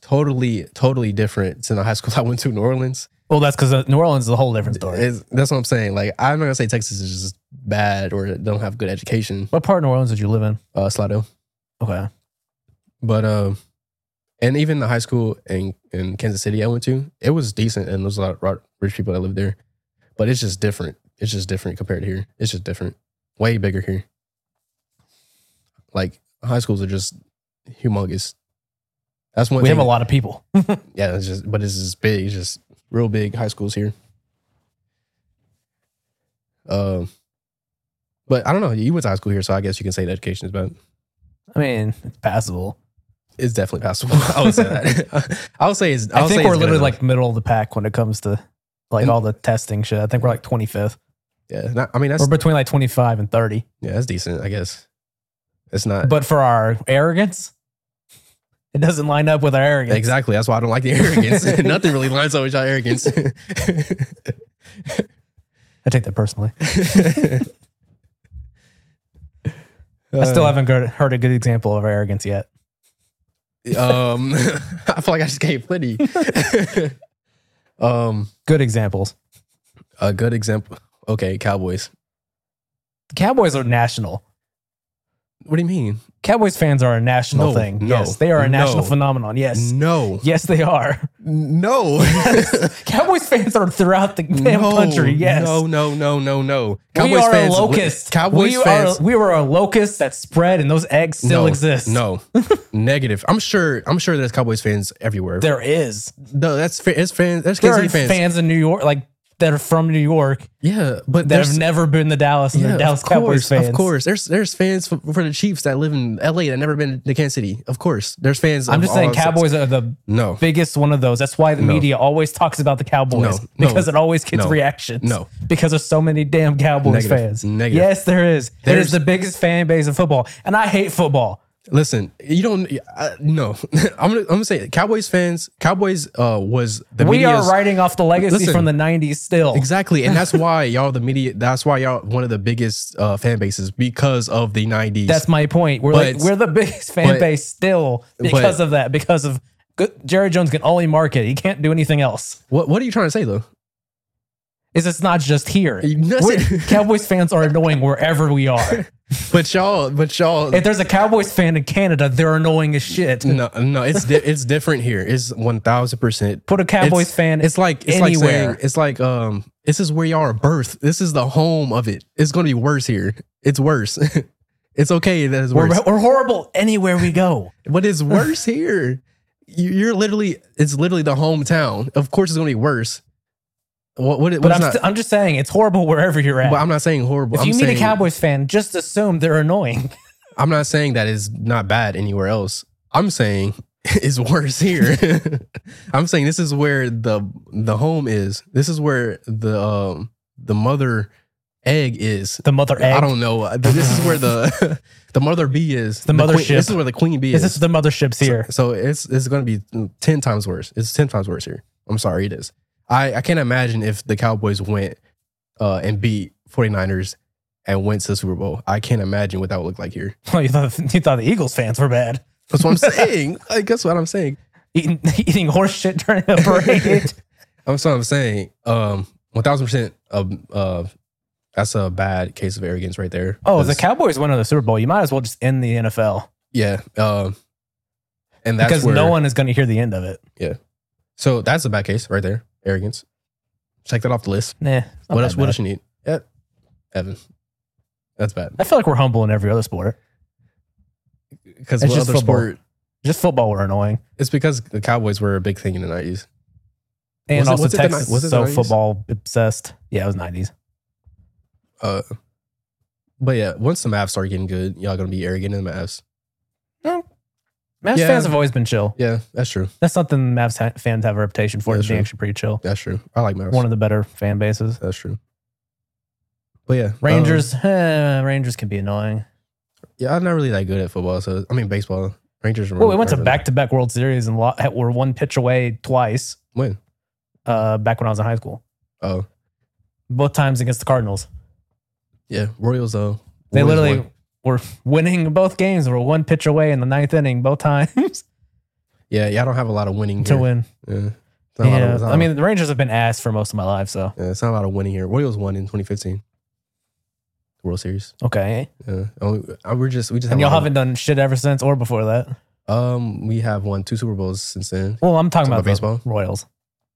Totally, totally different to the high school [LAUGHS] I went to in New Orleans. Well, that's because New Orleans is a whole different story. It's- that's what I'm saying. Like I'm not gonna say Texas is just bad or don't have good education, what part of New Orleans did you live in? uh, Slido. Okay. But um, and even the high school in in Kansas City I went to, it was decent, and there's a lot of ri- rich people that live there. But it's just different. It's just different compared to here. It's just different. Way bigger here. Like high schools are just humongous. That's one. we thing have a lot of people. yeah, it's just but it's just big, it's just real big high schools here. Um, but I don't know. You went to high school here, so I guess you can say the education is bad. I mean, it's passable. It's definitely passable. [LAUGHS] I would say that. [LAUGHS] I would say it's. i would say think it's we're good literally enough. like middle of the pack when it comes to like And- all the testing shit. I think we're like 25th. Yeah, not- I mean that's We're between like 25 and 30. yeah, that's decent, I guess. It's not. But for our arrogance, [LAUGHS] It doesn't line up with our arrogance. Exactly. That's why I don't like the arrogance. [LAUGHS] [LAUGHS] Nothing really lines up with y'all arrogance. [LAUGHS] I take that personally. [LAUGHS] I still haven't go- heard a good example of arrogance yet. um, [LAUGHS] I feel like I just gave plenty. [LAUGHS] um, Good examples. a good example. Okay, Cowboys. The Cowboys are national. What do you mean? Cowboys fans are a national No, thing. no, yes, they are a national no. phenomenon. Yes. No, Yes, [LAUGHS] they are. no, [LAUGHS] Cowboys fans are throughout the damn no, country. Yes. No, no, no, no, no. we are a li- locust. Cowboys we fans Are, we were a locust that spread, and those eggs still no, exist. [LAUGHS] No, negative. I'm sure. I'm sure there's Cowboys fans everywhere. there is. no, that's fa- it's fans. That's There Kansas are City fans. fans. in New York, like that are from New York, Yeah, but that there's have never been to Dallas, and they're Dallas of course, Cowboys fans. Of course, there's there's fans for, for the Chiefs that live in L.A. that never been to Kansas City. Of course, there's fans. I'm of just saying, all sorts. Cowboys are the No, biggest one of those. That's why the media always talks about the Cowboys No, no, because it always gets no, reactions. no. because there's so many damn Cowboys Negative, fans. negative. Yes, there is. it There's- is the biggest fan base of football, and I hate football. listen, you don't. I, no, [LAUGHS] I'm gonna I'm gonna say it. Cowboys fans. Cowboys uh was the We are media's- writing off the legacy Listen. from the '90s still. Exactly, and [LAUGHS] that's why y'all the media. That's why y'all one of the biggest uh, fan bases because of the '90s. That's my point. We're like But- we're the biggest fan but- base still because of that. Because of good, Jerry Jones can only market. He can't do anything else. what What are you trying to say though? Is it's not just here. You- that's We're- it. Cowboys fans are annoying wherever [LAUGHS] we are. But y'all, but y'all, if there's a Cowboys fan in Canada, they're annoying as shit. no, no, it's di- it's different here. It's one thousand percent Put a Cowboys it's, fan. It's like it's like anywhere. saying, it's like um this is where y'all are birthed. This is the home of it. It's gonna be worse here. It's worse. [LAUGHS] it's okay that it's we're, worse. we're horrible anywhere we go. but [LAUGHS] it's worse here. You- You're literally it's literally the hometown. Of course, it's gonna be worse. What what, But what's I'm, not? st- I'm just saying it's horrible wherever you're at. but I'm not saying horrible. if I'm you meet saying a Cowboys fan, just assume they're annoying. [LAUGHS] I'm not saying that is not bad anywhere else. I'm saying [LAUGHS] it's worse here. [LAUGHS] I'm saying this is where the the home is. This is where the um, the mother egg is. The mother egg. I don't know. This is where the [LAUGHS] the mother bee is. The queen- mothership. This is where the queen bee is is. this the mothership's here? so it's it's going to be ten times worse. It's ten times worse here. I'm sorry, it is. I I can't imagine if the Cowboys went uh, and beat 49ers and went to the Super Bowl. I can't imagine what that would look like here. Oh, [LAUGHS] you thought you thought the Eagles fans were bad. That's what I'm [LAUGHS] saying. I guess what I'm saying. eating [LAUGHS] eating horse shit during [LAUGHS] a parade. I'm so I'm saying. Um, one thousand percent of of that's a bad case of arrogance right there. oh, the 'Cause- Cowboys win on the Super Bowl. You might as well just end the NFL yeah. Um, and that's because where, no one is going to hear the end of it. So that's a bad case right there. Arrogance. Check that off the list. Nah. it's not what that else? What Oh, bad. else you need? Yeah. Evan. That's bad. I feel like we're humble in every other sport. Because It's what just other football. sport? Just football, we're annoying, It's because the Cowboys were a big thing in the nineties. and Was it- also was it the Texas ni- was it is the so 90s? football obsessed. Yeah, it was nineties. Uh, but yeah, once the Mavs start getting good, y'all gonna be arrogant in the Mavs. Mavs Yeah. fans have always been chill. Yeah, that's true. That's something Mavs ha- fans have a reputation for. Yeah, is being sure. actually pretty chill. That's true. I like Mavs. One of the better fan bases. That's true. But yeah, um, Rangers, eh, Rangers can be annoying. yeah, I'm not really that good at football. So I mean, baseball. Rangers. are Well, we went to really- back-to-back World Series and lo- were one pitch away twice. When? Uh, back when I was in high school, Oh, both times against the Cardinals. yeah. Royals though. They Royals literally won. were winning both games. Were one pitch away in the ninth inning both times [LAUGHS] Yeah, yeah. I don't have a lot of winning to here. win. Yeah. It's not a lot of- Yeah. it's not I a- mean, the Rangers have been ass for most of my life. So yeah, it's not a lot of winning here. Royals won in 2015. The World Series. okay, Yeah. Only- I- we're just we just and y'all have a lot haven't done shit ever since or before that. of- um we have won two Super Bowls since then. Well, I'm talking Talking about, about baseball? the Royals.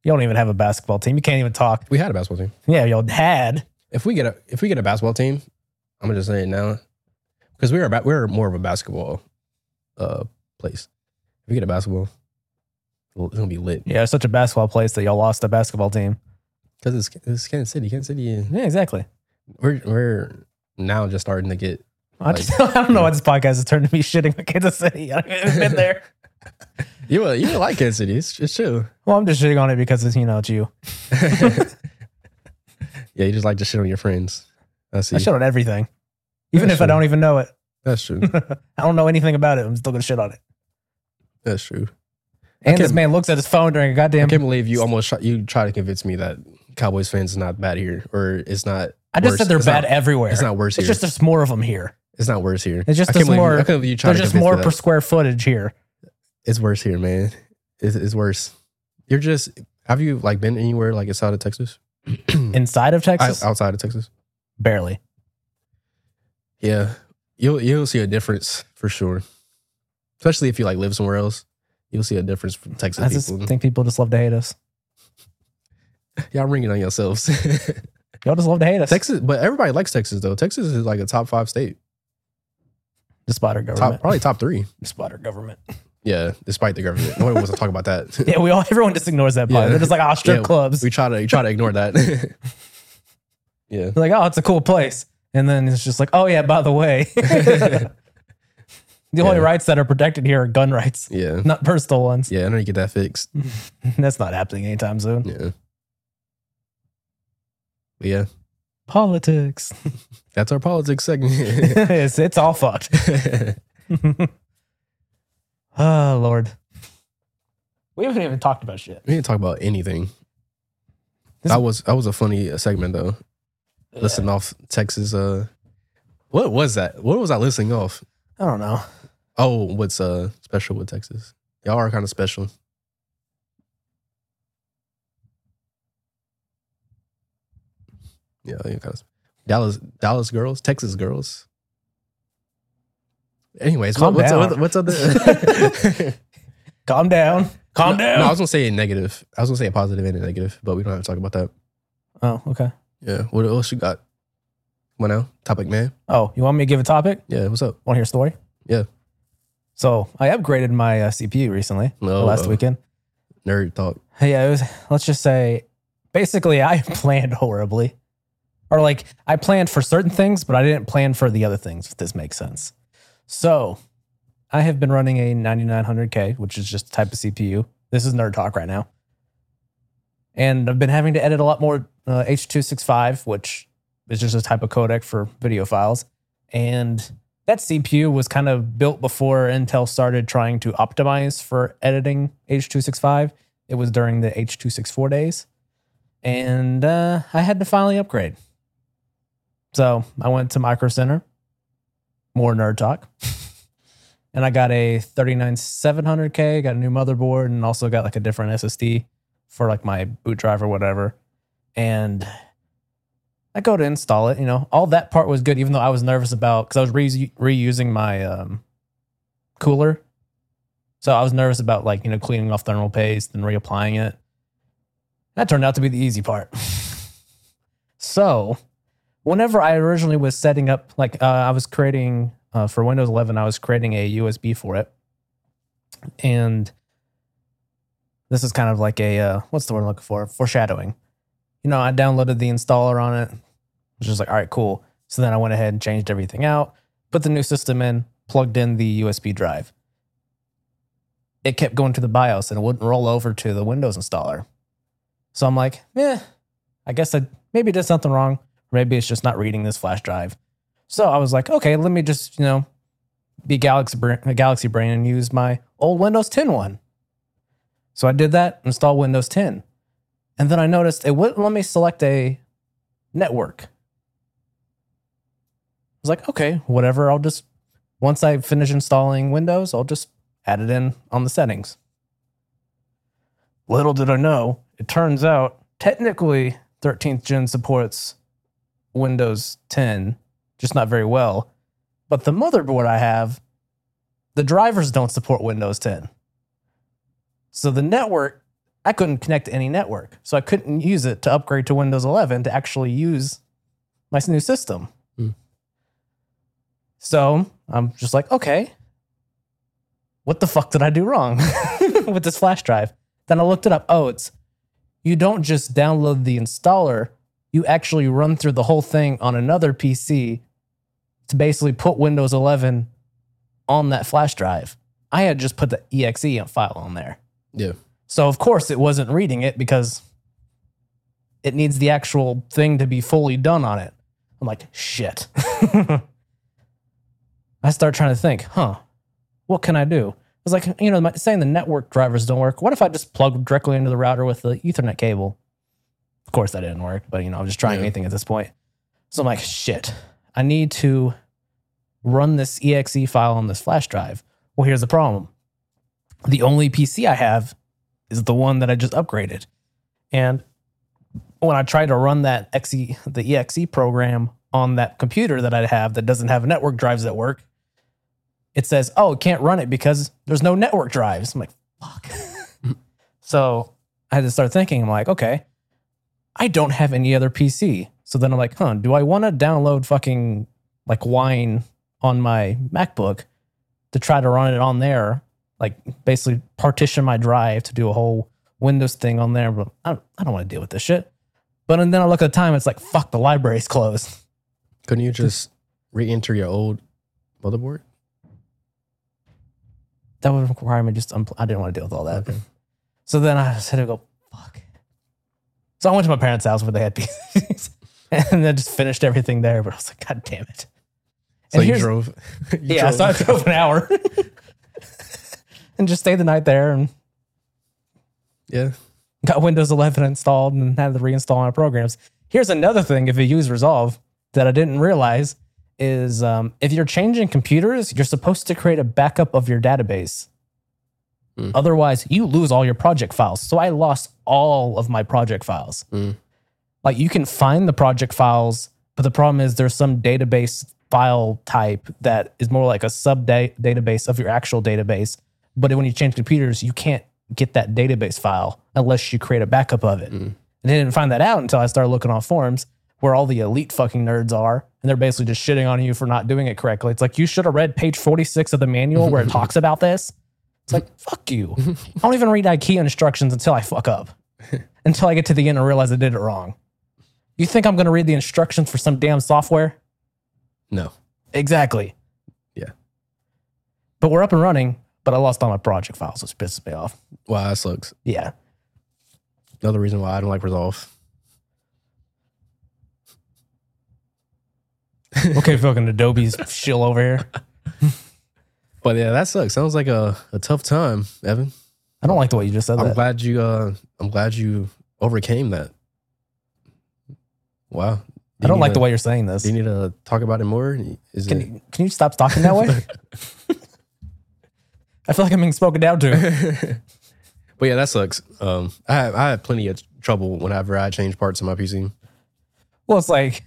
You don't even have a basketball team. You can't even talk. We had a basketball team. Yeah, y'all had. If we get a if we get a basketball team, I'm gonna just say it now because we are ba- we're more of a basketball uh place. If we get a basketball, it's gonna be lit. Yeah, it's such a basketball place that y'all lost a basketball team. Because it's, it's Kansas City. Kansas City, is- Yeah, exactly. we're, we're now just starting to get. I, just, [LAUGHS] I don't know why this podcast has turned to me [LAUGHS] shitting on Kansas City. I haven't [LAUGHS] been there. You would- you would like Kansas City. It's, it's [LAUGHS] true. Well, I'm just shitting on it because it's you know it's you. [LAUGHS] yeah, you just like to shit on your friends. I see. I shit on everything, even That's if I true. don't even know it. [LAUGHS] That's true. I don't know anything about it. I'm still gonna shit on it. That's true. And this can't- man looks at his phone during a I goddamn. can't believe you almost try, you try to convince me that Cowboys fans is not bad here, or it's not. I just worse. said they're It's bad not- everywhere. It's not worse It's here. just there's more of them here. it's not worse here. It's just I can't there's believe, more- You, I can't believe you try There's to just convince more me per that. square footage here. It's worse here, man. It's, it's worse. You're just. Have you like been anywhere like outside of Texas? Inside of Hmm. I, Texas, outside of Texas. barely. Yeah, you'll you'll see a difference for sure. Especially if you like live somewhere else, you'll see a difference from Texas I just people. think people just love to hate us. [LAUGHS] Y'all ring it on [LAUGHS] yourselves. [LAUGHS] Y'all just love to hate us. Texas, but everybody likes Texas though. Texas is like a top five state, despite our top government. probably top three. Despite our government. [LAUGHS] Yeah, despite the government, nobody wants to talk about that. [LAUGHS] Yeah, we all everyone just ignores that part. Yeah. They're just like, oh, strip Yeah. clubs. we try to we try to ignore that. [LAUGHS] yeah, [LAUGHS] They're like, oh, it's a cool place. And then it's just like, oh yeah, by the way. [LAUGHS] the only Yeah. rights that are protected here are [LAUGHS] gun rights, yeah, not personal ones. [LAUGHS] yeah. I know you get that fixed. That's not happening anytime soon. Yeah, but yeah. Politics. That's our politics segment. [LAUGHS] [LAUGHS] it's, it's all fucked. oh Lord. We haven't even talked about shit. We didn't talk about anything. This- that was that was a funny uh, segment though. Listening off Texas. Uh, what was that? What was I listening off? I don't know. Oh, what's uh special with Texas? Y'all are kind of special. Yeah, you kind of Dallas Dallas girls, Texas girls. Anyways, Calm what, down. what's what's other? Calm down. [LAUGHS] [LAUGHS] Calm no, down. No, I was gonna say a negative. I was gonna say a positive and a negative, but we don't have to talk about that. oh, okay. Yeah. What else you got? What now? Topic man. Oh, you want me to give a topic? Yeah. What's up? Want to hear a story? Yeah. So I upgraded my uh, CPU recently No. last weekend. Oh, Nerd talk. Yeah, it was. Let's just say, basically, I [LAUGHS] planned horribly, or like I planned for certain things, but I didn't plan for the other things. If this makes sense. So, I have been running a 9900K, which is just a type of CPU. This is nerd talk right now, and I've been having to edit a lot more uh, H265, which is just a type of codec for video files, and. That CPU was kind of built before Intel started trying to optimize for editing H265. It was during the H264 days. And uh, I had to finally upgrade. So I went to Micro Center, more nerd talk. [LAUGHS] and I got a 39700K, got a new motherboard, and also got like a different SSD for like my boot drive or whatever. And I go to install it. You know, all that part was good, even though I was nervous about because I was re- reusing my um, cooler so I was nervous about like, you know, cleaning off thermal paste and reapplying it. That turned out to be the easy part. [LAUGHS] so whenever I originally was setting up, like uh, I was creating uh, for Windows 11, I was creating a USB for it. And this is kind of like a, uh, what's the word I'm looking for? Foreshadowing. You know, I downloaded the installer on it, which was like, all right, cool. So then I went ahead and changed everything out, put the new system in, plugged in the USB drive it kept going to the BIOS and it wouldn't roll over to the Windows installer. So I'm like, eh, I guess I maybe did something wrong. Maybe it's just not reading this flash drive. So I was like, okay, let me just, you know, be Galaxy brain, Galaxy brain and use my old Windows 10 one. So I did that, install Windows 10. And then I noticed it wouldn't let me select a network. I was like, okay, whatever. I'll just, once I finish installing Windows, I'll just add it in on the settings. Little did I know, it turns out technically 13th gen supports Windows 10, just not very well. But the motherboard I have, the drivers don't support Windows 10. So the network, I couldn't connect to any network. So I couldn't use it to upgrade to Windows 11 to actually use my new system. Hmm. So I'm just like, okay, what the fuck did I do wrong [LAUGHS] with this flash drive? Then I looked it up. Oh, it's you don't just download the installer, you actually run through the whole thing on another PC to basically put Windows 11 on that flash drive. I had just put the exe file on there. Yeah. So, of course, it wasn't reading it because it needs the actual thing to be fully done on it. I'm like, shit. [LAUGHS] I start trying to think, huh, what can I do? was like, you know, my- saying the network drivers don't work. What if I just plug directly into the router with the Ethernet cable? Of course, that didn't work, but you know, I'm just trying Yeah. anything at this point. So I'm like, shit, I need to run this exe file on this flash drive. Well, here's the problem the only PC I have is the one that I just upgraded. And when I tried to run that exe, the exe program on that computer that I have that doesn't have network drives that work, it says, "Oh, it can't run it because there's no network drives." I'm like, "Fuck." [LAUGHS] so I had to start thinking. I'm like, "Okay, I don't have any other PC." So then I'm like, "Huh? Do I want to download fucking like Wine on my MacBook to try to run it on there? Like, basically partition my drive to do a whole Windows thing on there? But I don't, I don't want to deal with this shit." But and then I look at the time. It's like, "Fuck, the library's closed." [LAUGHS] Couldn't you just re-enter your old motherboard? that would require me just unpl- I didn't want to deal with all that. Okay. So then I just had to go fuck. So I went to my parents' house where they had PCs, [LAUGHS] and then just finished everything there. But I was like, God damn it! So And you here's- drove. [LAUGHS] you yeah, drove- so I drove an hour [LAUGHS] and just stayed the night there and yeah. got Windows 11 installed and had to reinstall my programs. Here's another thing: if you use Resolve, that I didn't realize is um, if you're changing computers, you're supposed to create a backup of your database. Hmm. Otherwise, you lose all your project files. So I lost all of my project files. Hmm. Like you can find the project files, but the problem is there's some database file type that is more like a sub da- database of your actual database. But when you change computers, you can't get that database file unless you create a backup of it. Hmm. And I didn't find that out until I started looking on forums where all the elite fucking nerds are. And they're basically just shitting on you for not doing it correctly. It's like, you should have read page 46 of the manual where it talks about this. It's like, fuck you. I don't even read IKEA instructions until I fuck up, until I get to the end and realize I did it wrong. You think I'm going to read the instructions for some damn software? No. Exactly. Yeah. But we're up and running, but I lost all my project files, which pisses me off. Wow, that sucks. [LAUGHS] Yeah. Another reason why I don't like Resolve. Okay, fucking Adobe's shill over here. But yeah, that sucks. Sounds like a, a tough time, Evan. I don't like the way you just said I'm that. glad you. Uh, I'm glad you overcame that. Wow. Do I you don't need like the to- way you're saying this. Do you need to talk about it more? Is Can it? you, can you stop talking [LAUGHS] that way? [LAUGHS] I feel like I'm being spoken down to. but yeah, that sucks. Um, I had- I had plenty of trouble whenever I changed parts of my PC. Well, it's like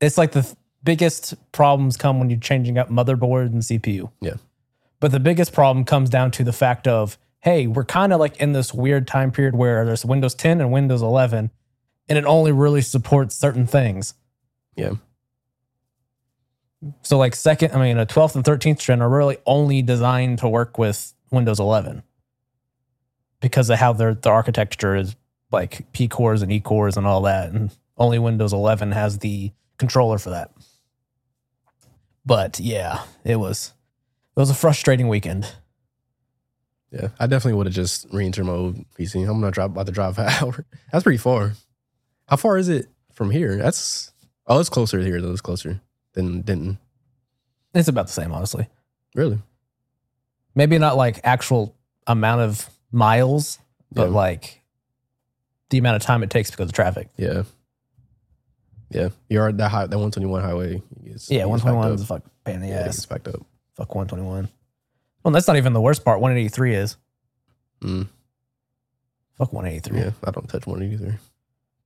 it's like the th- biggest problems come when you're changing up motherboard and CPU. Yeah. But the biggest problem comes down to the fact of, hey, we're kind of like in this weird time period where there's Windows 10 and Windows 11 and it only really supports certain things. Yeah. So like second, I mean, a 12th and 13th gen are really only designed to work with Windows 11 because of how their their architecture is like P cores and E cores and all that, and only Windows 11 has the controller for that. But yeah, it was it was a frustrating weekend. Yeah, I definitely would have just re-entered my old PC. I'm gonna drive about to drive [LAUGHS] an hour. That's pretty far. How far is it from here? That's oh, it's closer here though. It's closer than Denton. It's about the same, honestly. Really? Maybe not like actual amount of miles, but Yeah. like the amount of time it takes because of traffic. Yeah. Yeah, you are that high, that 121 highway. Is, Yeah, is one backed twenty one up. is a fuck pain in the Yeah, ass. it's backed up. Fuck 121. Well, that's not even the worst part. 183 is. Mm. Fuck 183. Yeah, I don't touch one either.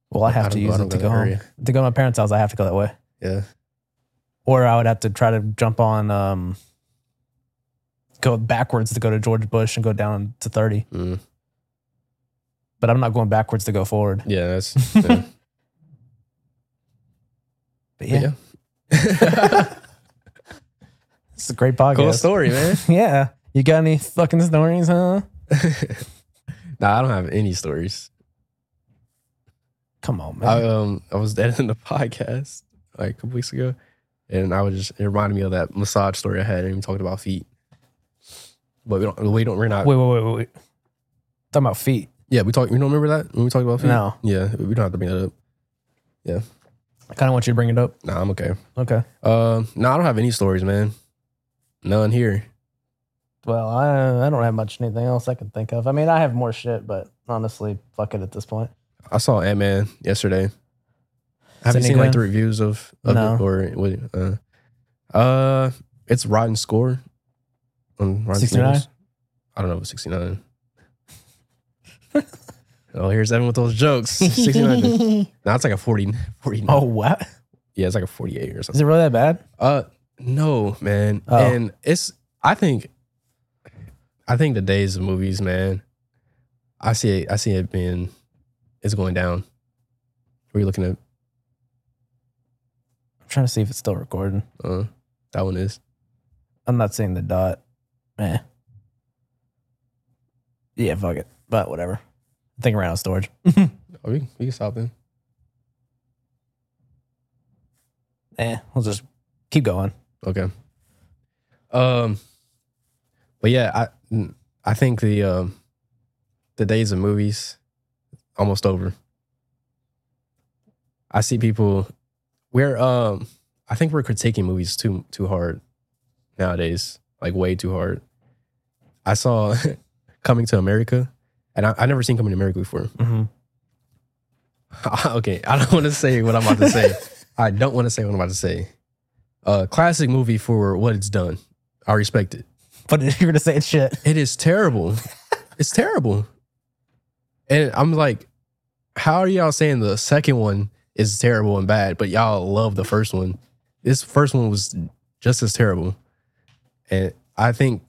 Well, I I have to don't go- I use don't it to go go that home. area. To go to my parents' house, I have to go that way. Yeah, Or I would have to try to jump on, um, go backwards to go to George Bush and go down to 30. mm. But I'm not going backwards to go forward. yeah, [LAUGHS] that's yeah. But yeah, yeah. it's a great podcast. cool story, [LAUGHS] man. [LAUGHS] Yeah. You got any fucking stories, huh? nah, I don't have any stories. Come on, man. I um I was [LAUGHS] editing the podcast like a couple weeks ago, and I was just it reminded me of that massage story I had. and we talked about feet, but we don't we don't we're not wait, wait, wait, wait, wait. Talking about feet. yeah we talked you don't remember that when we talked about feet No. yeah we don't have to bring that up I kind of want you to bring it up. nah I'm okay um Okay. no I don't have any stories man none here well, I, I don't have much anything else I can think of. I mean, I have more shit, but honestly, fuck it at this point. I saw Ant Man yesterday. Have you any seen like good? the reviews of, of No. it or what? Uh, uh, it's Rotten Score on Rotten 69? Tomatoes. I don't know, if it's [LAUGHS] 69. oh, here's Evan with those [LAUGHS] jokes. 69. no, it's like a 40. 40 oh, what? yeah, it's like a 48 or something. Is it really that bad? Uh, no, man. Oh. And it's I think I think the days of movies, man. I see it. I see it being it's going down. Were you looking at I'm trying to see if it's still recording. uh, that one? Is I'm not seeing the dot. Eh. Yeah, fuck it. But whatever. I think around storage. oh, we we can stop then. eh, we'll just keep going. Okay. Um, but yeah, I I think the um the days of movies almost over. I see people we're um I think we're critiquing movies too too hard nowadays, like way too hard. I saw [LAUGHS] Coming to America, and I I never seen Coming to America before. Mm-hmm. [LAUGHS] okay, I don't want to say what I'm about to say. I don't want to say what I'm about to say. Uh, classic movie for what it's done. I respect it. [LAUGHS] But you're gonna say it's shit. It is [LAUGHS] terrible. it's terrible. And I'm like, how are y'all saying the second one is terrible and bad, but y'all love the first one? This first one was just as terrible. And I think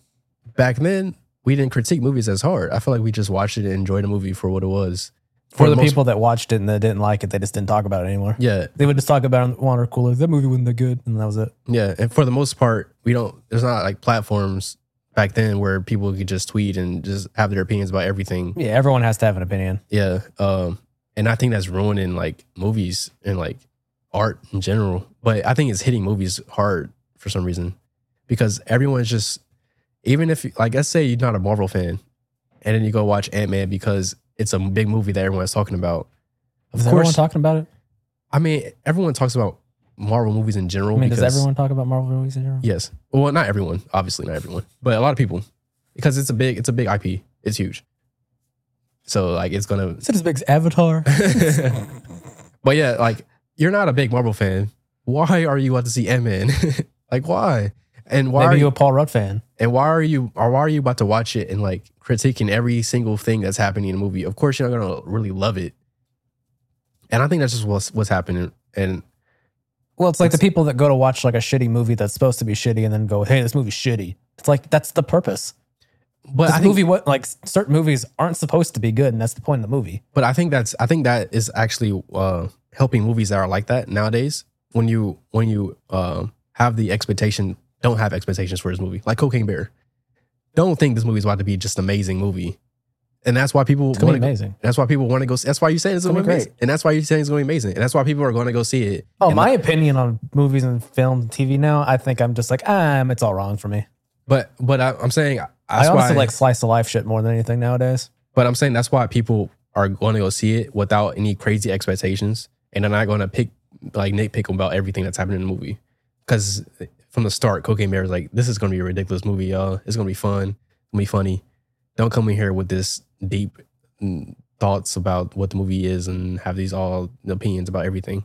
back then we didn't critique movies as hard. I feel like we just watched it and enjoyed a movie for what it was. For the most- people that watched it and that didn't like it, they just didn't talk about it anymore. Yeah. They would just talk about it on water coolers. That movie wasn't that good, and that was it. Yeah, and for the most part, we don't. There's not like platforms back then where people could just tweet and just have their opinions about everything. Yeah, everyone has to have an opinion. Yeah, um, and I think that's ruining like movies and like art in general. But I think it's hitting movies hard for some reason because everyone's just even if like let's say you're not a Marvel fan and then you go watch Ant Man because it's a big movie that everyone's talking about. Of Is everyone course, talking about it? I mean everyone talks about Marvel movies in general. I mean, does because- everyone talk about Marvel movies in general? Yes. Well, not everyone, obviously not everyone, but a lot of people, because it's a big, it's a big IP. It's huge. So like, it's gonna. Is it as big as Avatar? but yeah, like you're not a big Marvel fan. Why are you about to see Ant Man? [LAUGHS] like why? And why are Maybe you you, a Paul Rudd fan? and why are you or why are you about to watch it and like critiquing every single thing that's happening in the movie? Of course, you're not gonna really love it. And I think that's just what's what's happening. And Well, it's like the It's- people that go to watch like a shitty movie that's supposed to be shitty and then go, "Hey, this movie's shitty." It's like that's the purpose. but this I think, movie, what like certain movies aren't supposed to be good, and that's the point of the movie. But I think that's I think that is actually uh, helping movies that are like that nowadays. When you when you uh, have the expectation, don't have expectations for this movie, like Cocaine Bear. Don't think this movie is about to be just an amazing movie, and that's why people It's gonna be want to. amazing. That's why people want to go. That's why you say it's It's going to gonna be be amazing, and that's why you're saying it's going to be amazing, and that's why people are going to go see it. Oh, And my opinion on movies and films and TV now, I think I'm just like, um, it's all wrong for me. But but I, I'm saying that's I honestly why, like slice of life shit more than anything nowadays. But I'm saying that's why people are going to go see it without any crazy expectations, and they're not going to pick like nitpick about everything that's happening in the movie. Because from the start, Cocaine Bear is like, this is going to be a ridiculous movie, y'all. It's going to be fun, it's going to be funny. Don't come in here with this deep mm, thoughts about what the movie is and have these all opinions about everything,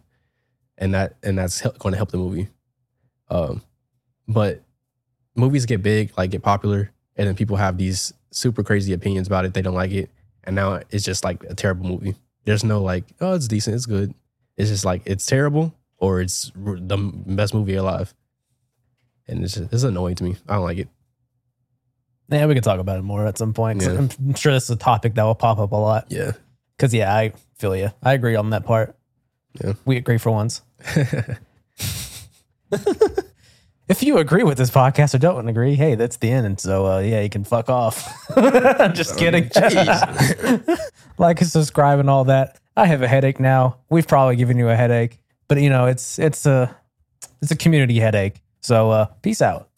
and that and that's hel- going to help the movie. Um, but movies get big, like get popular, and then people have these super crazy opinions about it. They don't like it, and now it's just like a terrible movie. There's no like, oh, it's decent, it's good. It's just like it's terrible or it's r- the m- best movie alive, and it's just, it's annoying to me. I don't like it. Yeah, we could talk about it more at some point. 'cause Yeah. I'm- I'm sure this is a topic that will pop up a lot. Yeah, Because yeah, I feel you. I agree on that part. Yeah. we agree for once. [LAUGHS] If you agree with this podcast or don't agree, hey, that's the end. And so uh, yeah, you can fuck off. [LAUGHS] I'm just kidding. [LAUGHS] like and subscribe and all that. I have a headache now. We've probably given you a headache, but you know it's it's a it's a community headache. So uh, peace out.